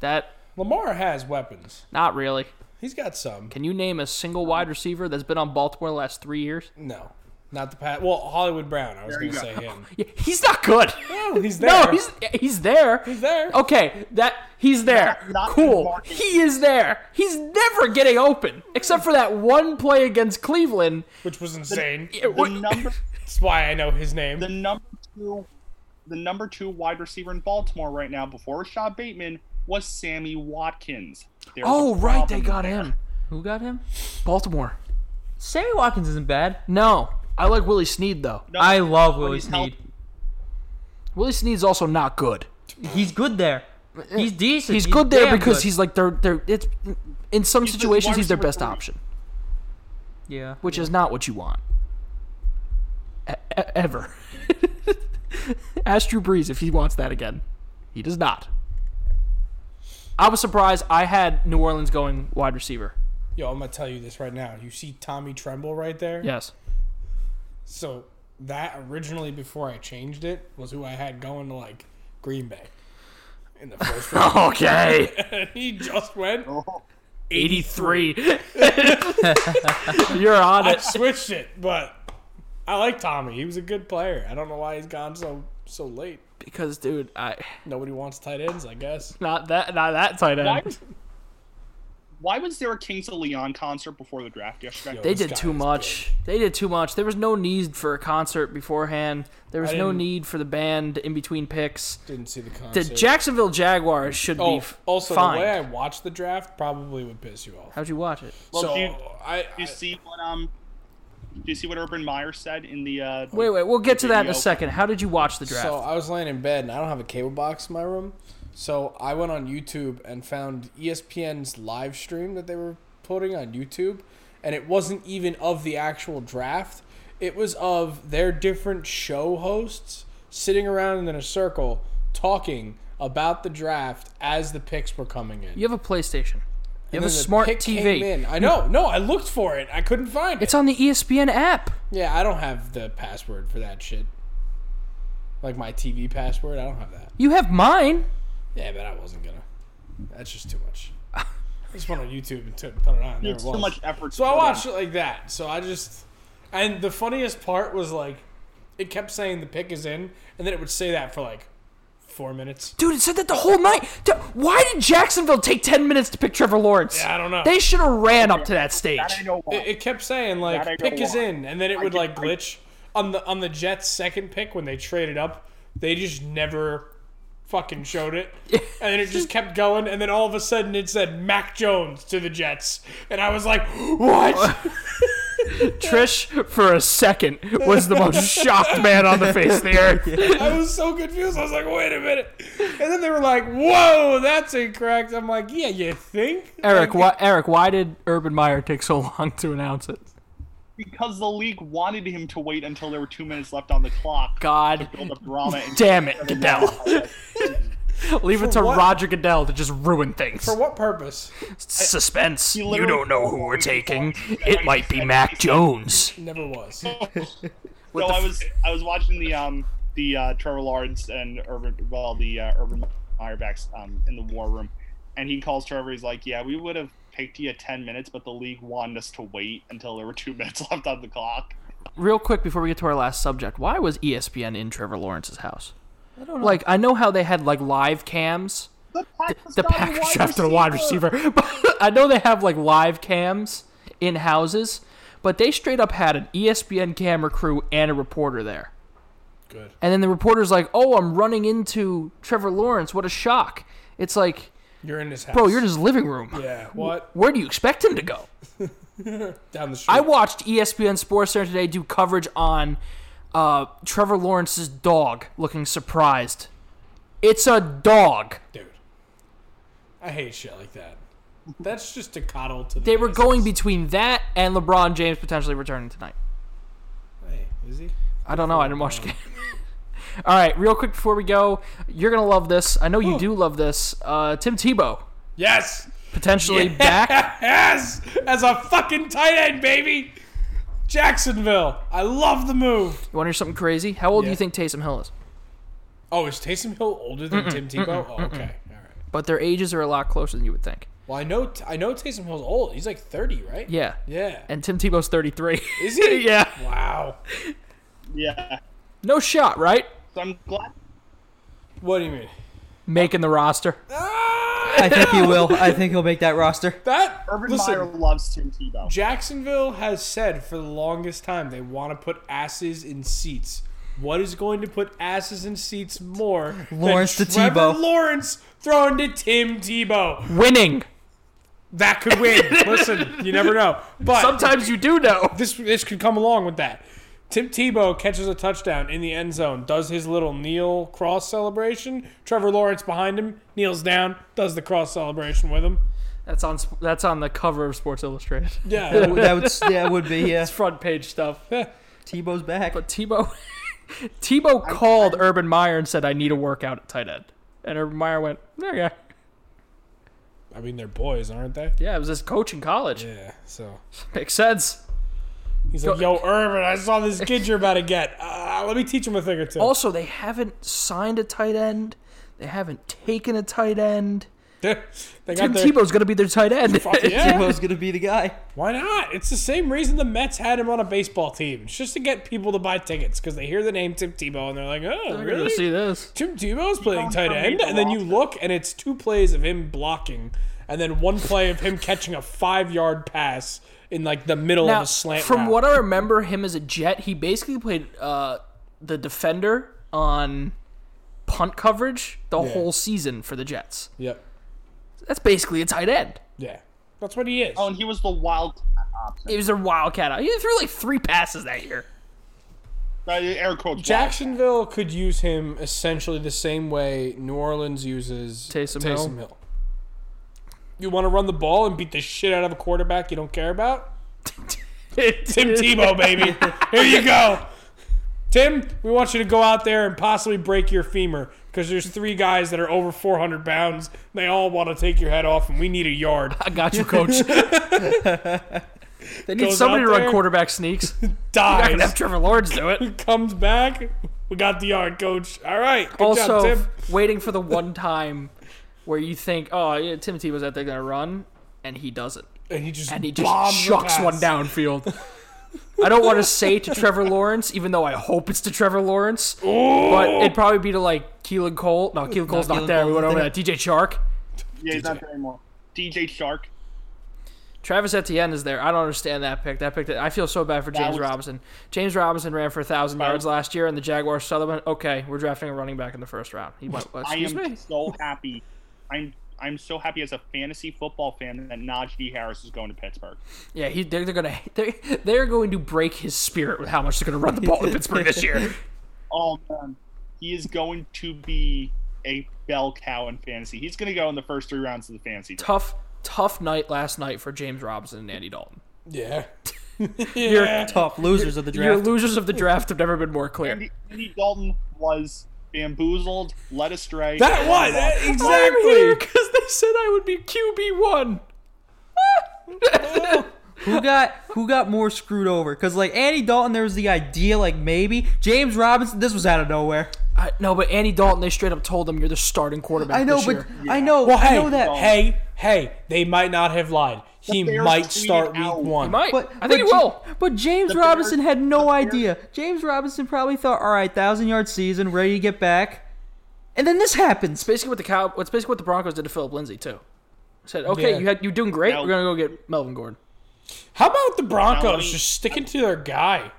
Speaker 1: that.
Speaker 4: Lamar has weapons.
Speaker 1: Not really.
Speaker 4: He's got some.
Speaker 1: Can you name a single wide receiver that's been on Baltimore the last three years?
Speaker 4: No, not the pat. Well, Hollywood Brown. I was
Speaker 3: you
Speaker 4: gonna say
Speaker 3: go.
Speaker 4: him.
Speaker 1: Yeah, he's not good.
Speaker 4: No, he's there.
Speaker 1: No, he's Oh. he's there. He's
Speaker 4: there.
Speaker 1: Okay, that he's there.
Speaker 3: not in the
Speaker 1: cool.
Speaker 3: market.
Speaker 1: He is there. He's never getting open except for that one play against Cleveland.
Speaker 4: which was insane.
Speaker 1: It
Speaker 3: The
Speaker 1: wa-
Speaker 3: number,
Speaker 4: That's why I know his name.
Speaker 3: the number two, the number two wide receiver in Baltimore right now, before Rashad Bateman, was Sammy Watkins. There's
Speaker 1: oh
Speaker 3: a
Speaker 1: right, they
Speaker 3: problem
Speaker 1: got
Speaker 3: there.
Speaker 1: him.
Speaker 2: Who got him?
Speaker 1: Baltimore.
Speaker 2: Sammy Watkins isn't bad.
Speaker 1: No, I like Willie Snead though.
Speaker 3: No,
Speaker 2: I
Speaker 4: Oh,
Speaker 2: love Willie
Speaker 3: he's healthy.
Speaker 2: Snead.
Speaker 1: Willie Snead's also not good.
Speaker 2: He's good there. He's decent.
Speaker 1: He's good there
Speaker 2: damn
Speaker 1: because
Speaker 2: good.
Speaker 1: he's like they're they're it's in some
Speaker 3: He's the
Speaker 1: situations
Speaker 3: wide
Speaker 1: he's their
Speaker 3: receiver
Speaker 1: best
Speaker 3: three.
Speaker 1: option,
Speaker 2: yeah.
Speaker 1: which is not what you want. E- e- ever. Ask Drew Brees if he wants that again. He does not. I was surprised. I had New Orleans going wide receiver.
Speaker 4: Yo, I'm gonna tell you this right now. You see Tommy Tremble right there?
Speaker 1: Yes.
Speaker 4: So that originally before I changed it was who I had going to like Green Bay in the first round.
Speaker 1: Okay.
Speaker 4: And he just went.
Speaker 3: Oh,
Speaker 1: 83. You're on
Speaker 4: I
Speaker 1: it.
Speaker 4: switched it, but I like Tommy. He was a good player. I don't know why he's gone so so late.
Speaker 1: Because dude, I
Speaker 4: Nobody wants tight ends, I guess.
Speaker 1: not that not that tight
Speaker 3: why,
Speaker 1: end.
Speaker 3: was- why was there a Kings of Leon concert before the draft yesterday?
Speaker 1: They
Speaker 4: This
Speaker 1: did
Speaker 4: guy
Speaker 1: too
Speaker 4: is
Speaker 1: much. They did too much. There was no need for a concert beforehand. There was
Speaker 4: I
Speaker 1: no
Speaker 4: didn't-
Speaker 1: need for the band in between picks.
Speaker 4: Didn't see the concert.
Speaker 1: The Jacksonville Jaguars should be
Speaker 4: oh,
Speaker 1: f-
Speaker 4: also
Speaker 1: fine.
Speaker 4: the way I watched the draft probably would piss you off.
Speaker 1: How'd you watch it?
Speaker 3: Well,
Speaker 4: so
Speaker 3: do you-
Speaker 4: I,
Speaker 3: Do you
Speaker 4: I
Speaker 3: see what um? Do you see what Urban Meyer said in the? Uh,
Speaker 1: Wait, wait, we'll get to that in a
Speaker 3: Video.
Speaker 1: second. How did you watch the draft?
Speaker 4: So I was laying in bed and I don't have a cable box in my room. So I went on YouTube and found E ESPN's live stream that they were putting on YouTube. And it wasn't even of the actual draft, it was of their different show hosts sitting around in a circle talking about the draft as the picks were coming in.
Speaker 1: you have a PlayStation. You have a
Speaker 4: And then the
Speaker 1: smart
Speaker 4: pick came
Speaker 1: TV.
Speaker 4: in. I know. No, I looked for it. I couldn't find it.
Speaker 1: It's on the E ESPN app.
Speaker 4: yeah, I don't have the password for that shit. Like my TV password, I don't have that.
Speaker 1: You have mine.
Speaker 4: Yeah, but I wasn't gonna. That's just too much. I just went on YouTube and took, put it on. There it
Speaker 3: It's too
Speaker 4: was.
Speaker 3: much effort.
Speaker 4: So I
Speaker 3: put in.
Speaker 4: watched it like that. So I just, and the funniest part was like, it kept saying the pick is in, and then it would say that for like four minutes.
Speaker 1: Dude, it said that the whole night. D- Why did Jacksonville take 10 minutes to pick Trevor Lawrence?
Speaker 4: Yeah, I don't know.
Speaker 1: They should have ran up to that stage.
Speaker 3: That I know why.
Speaker 4: It, it kept saying
Speaker 3: That I
Speaker 4: like
Speaker 3: don't
Speaker 4: pick is
Speaker 3: want.
Speaker 4: in, and then it would
Speaker 3: did-
Speaker 4: like
Speaker 3: I-
Speaker 4: glitch on the on the Jets' second pick when they traded up. They just never fucking showed it, and then it just kept going, and then all of a sudden it said Mac Jones to the Jets, and I was like, what?
Speaker 1: Trish, for a second, was the most shocked man on the face of the earth.
Speaker 4: I was so confused. I was like, wait a minute, and then they were like, whoa, that's incorrect. I'm like, yeah, you think?
Speaker 1: Eric, why, Eric, why did Urban Meyer take so long to announce it?
Speaker 3: because the league wanted him to wait until there were two minutes left on the clock.
Speaker 1: God
Speaker 3: Build up drama and
Speaker 1: damn it, Goodell. Leave it to
Speaker 4: what?
Speaker 1: Roger Goodell to just ruin things.
Speaker 4: For what purpose?
Speaker 1: Suspense. You
Speaker 3: literally-
Speaker 1: don't know who we're taking. It might be Mac Jones.
Speaker 4: Never was.
Speaker 3: so I was I was watching the um the uh, Trevor Lawrence and Urban well the uh, Urban Meyer backs um in the war room, and he calls Trevor. He's like, yeah, we would have picked you at ten minutes, but the league wanted us to wait until there were two minutes left on the clock.
Speaker 1: real quick before we get to our last subject, why was E ESPN in Trevor Lawrence's house? I don't know. Like I know how they had like live cams.
Speaker 3: The Packers,
Speaker 1: The
Speaker 3: got a
Speaker 1: Packers drafted a wide receiver, but I know they have like live cams in houses, but they straight up had an E ESPN camera crew and a reporter there.
Speaker 4: Good.
Speaker 1: And then the reporter's like, "Oh, I'm running into Trevor Lawrence. What a shock!" It's like,
Speaker 4: You're in his house.
Speaker 1: bro, you're in his living room.
Speaker 4: Yeah. What?
Speaker 1: Where do you expect him to go?
Speaker 4: Down the street.
Speaker 1: I watched E ESPN Sports Center today do coverage on uh, Trevor Lawrence's dog looking surprised. It's a dog.
Speaker 4: Dude. I hate shit like that. That's just a coddle to the
Speaker 1: They were
Speaker 4: masses.
Speaker 1: going between that and LeBron James potentially returning tonight.
Speaker 4: Hey, is he?
Speaker 1: I don't know. I didn't watch
Speaker 4: Oh,
Speaker 1: the game. All right, real quick before we go, you're gonna love this. I know you do love this. Uh, Tim Tebow
Speaker 4: Yes!
Speaker 1: potentially back.
Speaker 4: Yes! As a fucking tight end, baby! Jacksonville! I love the move!
Speaker 1: You want to hear something crazy? How old do you
Speaker 4: Yeah.
Speaker 1: think Taysom Hill is?
Speaker 4: Oh, is Taysom Hill older than Tim Tebow? Oh, okay. All right.
Speaker 1: But their ages are a lot closer than you would think.
Speaker 4: Well, I know I know Taysom Hill's old. He's like 30, right?
Speaker 1: Yeah.
Speaker 4: Yeah.
Speaker 1: And Tim Tebow's 33.
Speaker 4: Is he?
Speaker 1: yeah.
Speaker 4: Wow.
Speaker 3: Yeah,
Speaker 1: No shot, right?
Speaker 3: so I'm glad.
Speaker 4: What do you mean?
Speaker 1: Making the roster.
Speaker 4: Ah!
Speaker 2: I think he will. I think he'll make that roster.
Speaker 4: That
Speaker 3: Urban
Speaker 4: listen,
Speaker 3: Meyer loves Tim Tebow.
Speaker 4: Jacksonville has said for the longest time they want to put asses in seats. What is going to put asses in seats more
Speaker 2: Lawrence to
Speaker 4: than Trevor
Speaker 2: Tebow.
Speaker 4: Lawrence throwing to Tim Tebow?
Speaker 1: Winning.
Speaker 4: That could win. Listen, you never know. But
Speaker 1: Sometimes you do know.
Speaker 4: this this could come along with that. Tim Tebow catches a touchdown in the end zone, does his little kneel cross celebration. Trevor Lawrence behind him kneels down, does the cross celebration with him.
Speaker 1: That's on that's on the cover of Sports Illustrated.
Speaker 4: Yeah,
Speaker 2: That would that would be yeah.
Speaker 1: It's front page stuff.
Speaker 2: Tebow's back.
Speaker 1: But Tebow Tebow called Urban Meyer and said, "I need a workout at tight end." And Urban Meyer went, "Okay,
Speaker 4: I mean they're boys, aren't they?
Speaker 1: yeah, it was his coach in college.
Speaker 4: Yeah, so
Speaker 1: Makes sense."
Speaker 4: He's like, yo, Urban, I saw this kid you're about to get. Uh, let me teach him a thing or two.
Speaker 1: Also, they haven't signed a tight end. They haven't taken a tight end.
Speaker 4: they got
Speaker 1: Tim
Speaker 4: their-
Speaker 1: Tebow's gonna be their tight end.
Speaker 4: Yeah.
Speaker 2: Tebow's gonna be the guy.
Speaker 4: Why not? It's the same reason the Mets had him on a baseball team. It's just to get people to buy tickets because they hear the name Tim Tebow and they're like, oh,
Speaker 1: We're
Speaker 4: really?
Speaker 1: gonna see this.
Speaker 4: Tim Tebow's playing
Speaker 3: Tebow
Speaker 4: tight
Speaker 3: from
Speaker 4: end?
Speaker 3: the
Speaker 4: And then you
Speaker 3: loft.
Speaker 4: look and it's two plays of him blocking and then one play of him catching a five yard pass in like the middle
Speaker 1: Now,
Speaker 4: of a slant.
Speaker 1: from
Speaker 4: route.
Speaker 1: what I remember him as a Jet, he basically played uh, the defender on punt coverage the whole season for the Jets.
Speaker 4: Yep.
Speaker 1: That's basically a tight end.
Speaker 4: Yeah. That's what he is.
Speaker 3: Oh, and he was the wild option.
Speaker 1: It was a wildcat. He threw like three passes that year.
Speaker 3: Uh, air quotes. wild.
Speaker 4: Jacksonville could use him essentially the same way New Orleans uses
Speaker 1: Taysom Hill.
Speaker 4: You want to run the ball and beat the shit out of a quarterback you don't care about? Tim Tebow, baby. Here you go. Tim, we want you to go out there and possibly break your femur because there's three guys that are over 400 pounds. They all want to take your head off, and we need a yard.
Speaker 1: I got you, coach. they need
Speaker 4: Goes
Speaker 1: somebody
Speaker 4: out
Speaker 1: to run
Speaker 4: there.
Speaker 1: quarterback sneaks. You're not gonna have
Speaker 4: Dies,
Speaker 1: Trevor Lawrence do it.
Speaker 4: comes back. We got the yard, coach. All right. Good job,
Speaker 1: also,
Speaker 4: Tim.
Speaker 1: waiting for the one time where you think, oh, yeah, Timothy was out there going to run, and he doesn't.
Speaker 4: And he just
Speaker 1: And he just
Speaker 4: bombs the
Speaker 1: chucks
Speaker 4: pass.
Speaker 1: one downfield. I don't want to say to Trevor Lawrence, even though I hope it's to Trevor Lawrence, but it'd probably be to like Keelan Cole. No, Keelan Cole's not
Speaker 2: Keelan
Speaker 1: there. We
Speaker 2: Cole's
Speaker 1: went over
Speaker 2: there.
Speaker 1: that. DJ Shark.
Speaker 3: Yeah, he's not there anymore. DJ Shark.
Speaker 1: Travis Etienne is there. I don't understand that pick. That pick. That, I feel so bad for James
Speaker 3: was-
Speaker 1: Robinson. James Robinson ran for a thousand yards last year, and the Jaguars Sutherland. Okay, we're drafting a running back in the first round. He went.
Speaker 3: I
Speaker 1: Excuse
Speaker 3: am
Speaker 1: me.
Speaker 3: so happy. I'm I'm so happy as a fantasy football fan that Najee Harris is going to Pittsburgh.
Speaker 1: Yeah, he, they're, they're gonna they're, they're going to break his spirit with how much they're gonna run the ball in Pittsburgh this year.
Speaker 3: Oh man, he is going to be a bell cow in fantasy. He's going to go in the first three rounds of the fantasy. draft.
Speaker 1: Tough tough night last night for James Robinson and Andy Dalton.
Speaker 4: Yeah.
Speaker 1: Your
Speaker 2: Tough losers of the
Speaker 1: your
Speaker 2: draft.
Speaker 1: losers of the draft have never been more clear.
Speaker 3: Andy, Andy Dalton was bamboozled, led astray.
Speaker 4: That was that-
Speaker 1: I'm here
Speaker 4: exactly.
Speaker 1: because they said I would be QB one.
Speaker 2: who got who got more screwed over? Because like Andy Dalton, there was the idea like maybe James Robinson. This was out of nowhere.
Speaker 1: I, no, but Andy Dalton, they straight up told him you're the starting quarterback.
Speaker 2: I know,
Speaker 1: this
Speaker 2: but
Speaker 1: year.
Speaker 2: I know,
Speaker 4: Well,
Speaker 2: I
Speaker 4: hey,
Speaker 2: know that.
Speaker 4: hey, hey, they might not have lied. He
Speaker 3: Bears
Speaker 4: might
Speaker 3: tweeted
Speaker 4: start week
Speaker 3: out-
Speaker 4: one.
Speaker 1: might.
Speaker 2: But
Speaker 1: I think
Speaker 2: but
Speaker 1: he
Speaker 2: Ja-
Speaker 1: will.
Speaker 2: But James
Speaker 3: Bears-
Speaker 2: Robinson had no
Speaker 3: the Bears-
Speaker 2: idea. James Robinson probably thought, all right, thousand yard season, ready to get back, and then this happens.
Speaker 1: Basically, what the cow. What's basically what the Broncos did to Philip Lindsay too. Said, okay,
Speaker 4: Yeah.
Speaker 1: you had you're doing great.
Speaker 3: No.
Speaker 1: We're gonna go get Melvin Gordon.
Speaker 4: How about the
Speaker 3: Now, I
Speaker 4: Broncos
Speaker 3: mean-
Speaker 4: just sticking to their guy?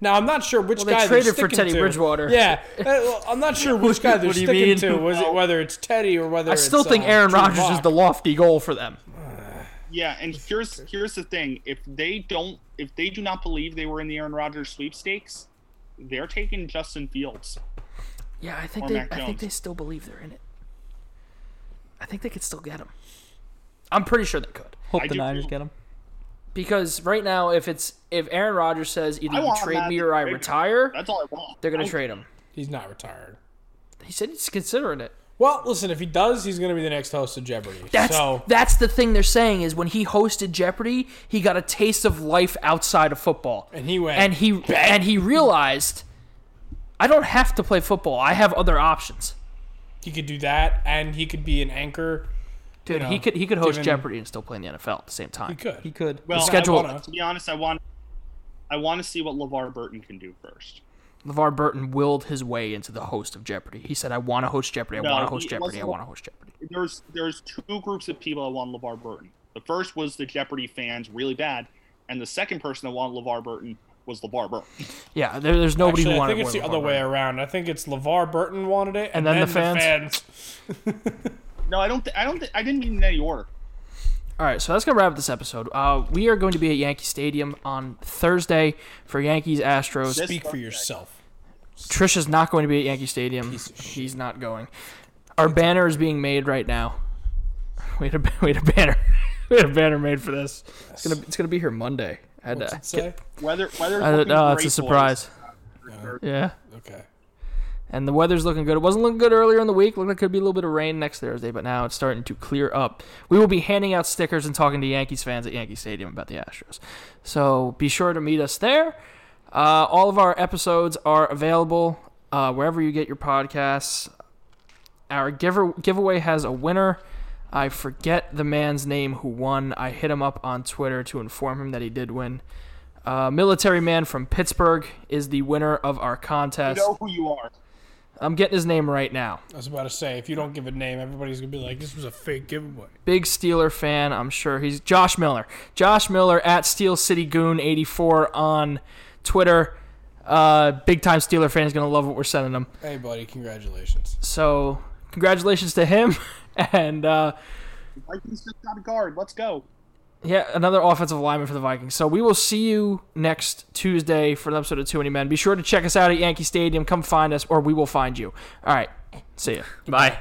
Speaker 4: Now I'm not sure which
Speaker 1: they
Speaker 4: guy
Speaker 1: traded for
Speaker 4: sticking
Speaker 1: Teddy
Speaker 4: to.
Speaker 1: Bridgewater.
Speaker 4: Yeah, Uh, well, I'm not sure which guy they're
Speaker 2: What do you
Speaker 4: sticking
Speaker 2: mean?
Speaker 4: to. Was it whether it's uh, Teddy or whether
Speaker 1: I still think Aaron Rodgers is the lofty goal for them.
Speaker 3: Yeah, and here's here's the thing: if they don't, if they do not believe they were in the Aaron Rodgers sweepstakes, they're taking Justin Fields.
Speaker 1: Yeah, I think
Speaker 3: Or
Speaker 1: they.
Speaker 3: Mac
Speaker 1: I think
Speaker 3: Jones.
Speaker 1: they still believe they're in it. I think they could still get him. I'm pretty sure they could
Speaker 2: Hope
Speaker 3: I
Speaker 2: the
Speaker 3: do
Speaker 2: Niners
Speaker 3: too.
Speaker 2: get him.
Speaker 1: because right now, if it's if Aaron Rodgers says either
Speaker 3: I
Speaker 1: you
Speaker 3: want
Speaker 1: trade
Speaker 3: Matt
Speaker 1: me
Speaker 3: to
Speaker 1: or I
Speaker 3: trade me.
Speaker 1: retire,
Speaker 3: That's all I want.
Speaker 1: they're gonna
Speaker 3: I-
Speaker 1: trade him.
Speaker 4: He's not retired.
Speaker 1: He said he's considering it.
Speaker 4: Well, listen, if he does, he's going to be the next host of Jeopardy.
Speaker 1: That's
Speaker 4: so
Speaker 1: that's the thing they're saying is when he hosted Jeopardy, he got a taste of life outside of football.
Speaker 4: and he went
Speaker 1: and he and he realized I don't have to play football. I have other options.
Speaker 4: he could do that, and he could be an anchor.
Speaker 1: Dude,
Speaker 4: know,
Speaker 1: he could he could host
Speaker 4: given-
Speaker 1: Jeopardy and still play in the NFL at the same time.
Speaker 4: He could.
Speaker 2: He could.
Speaker 3: Well, I
Speaker 1: schedule-
Speaker 3: wanna- to be honest, I want, I want to see what LeVar Burton can do first.
Speaker 1: LeVar Burton willed his way into the host of Jeopardy. He said, "I want to host Jeopardy. I
Speaker 3: No,
Speaker 1: want to
Speaker 3: he-
Speaker 1: host
Speaker 3: it
Speaker 1: Jeopardy. I
Speaker 3: wasn't-
Speaker 1: want to host Jeopardy."
Speaker 3: There's there's two groups of people that want LeVar Burton. The first was the Jeopardy fans, really bad, and the second person that wanted LeVar Burton was LeVar Burton.
Speaker 1: Yeah, there, there's nobody
Speaker 4: Actually,
Speaker 1: who
Speaker 4: I
Speaker 1: wanted
Speaker 4: think it's
Speaker 1: more
Speaker 4: the
Speaker 1: than
Speaker 4: other
Speaker 1: LeVar
Speaker 4: way
Speaker 1: Burton.
Speaker 4: around. I think it's LeVar Burton wanted it, and,
Speaker 1: And then the
Speaker 4: fans.
Speaker 3: No, I don't. Th- I don't. Th- I didn't mean in any order.
Speaker 1: All right, so that's gonna wrap up this episode. Uh, we are going to be at Yankee Stadium on Thursday for Yankees Astros.
Speaker 3: This-
Speaker 4: Speak for yourself.
Speaker 1: Trish is not going to be at Yankee Stadium. He's not going. Our banner is being made right now. We had a we had a banner. we had a banner made for this. It's gonna it's gonna be here Monday. I had
Speaker 4: What's
Speaker 1: to
Speaker 4: it say?
Speaker 3: Whether whether.
Speaker 1: I don't know, it's a surprise. Yeah.
Speaker 4: Okay.
Speaker 1: And the weather's looking good. It wasn't looking good earlier in the week. Looked like it could be a little bit of rain next Thursday, but now it's starting to clear up. We will be handing out stickers and talking to Yankees fans at Yankee Stadium about the Astros. So be sure to meet us there. Uh, all of our episodes are available uh, wherever you get your podcasts. Our giver- giveaway has a winner. I forget the man's name who won. I hit him up on Twitter to inform him that he did win. Uh, military man from Pittsburgh is the winner of our contest.
Speaker 3: Know who you are.
Speaker 1: I'm getting his name right now.
Speaker 4: I was about to say, if you don't give a name, everybody's gonna be like, "This was a fake giveaway."
Speaker 1: Big Steeler fan, I'm sure. He's Josh Miller. Josh Miller at Steel City Goon 84 on Twitter. Uh, big time Steeler fan is gonna love what we're sending him.
Speaker 4: Hey, buddy, congratulations.
Speaker 1: So congratulations to him. and uh,
Speaker 3: Vikings just got a guard. Let's go.
Speaker 1: yeah, another offensive lineman for the Vikings. So we will see you next Tuesday for an episode of Too Many Men. Be sure to check us out at Yankee Stadium. Come find us, or we will find you. All right. See ya. Bye.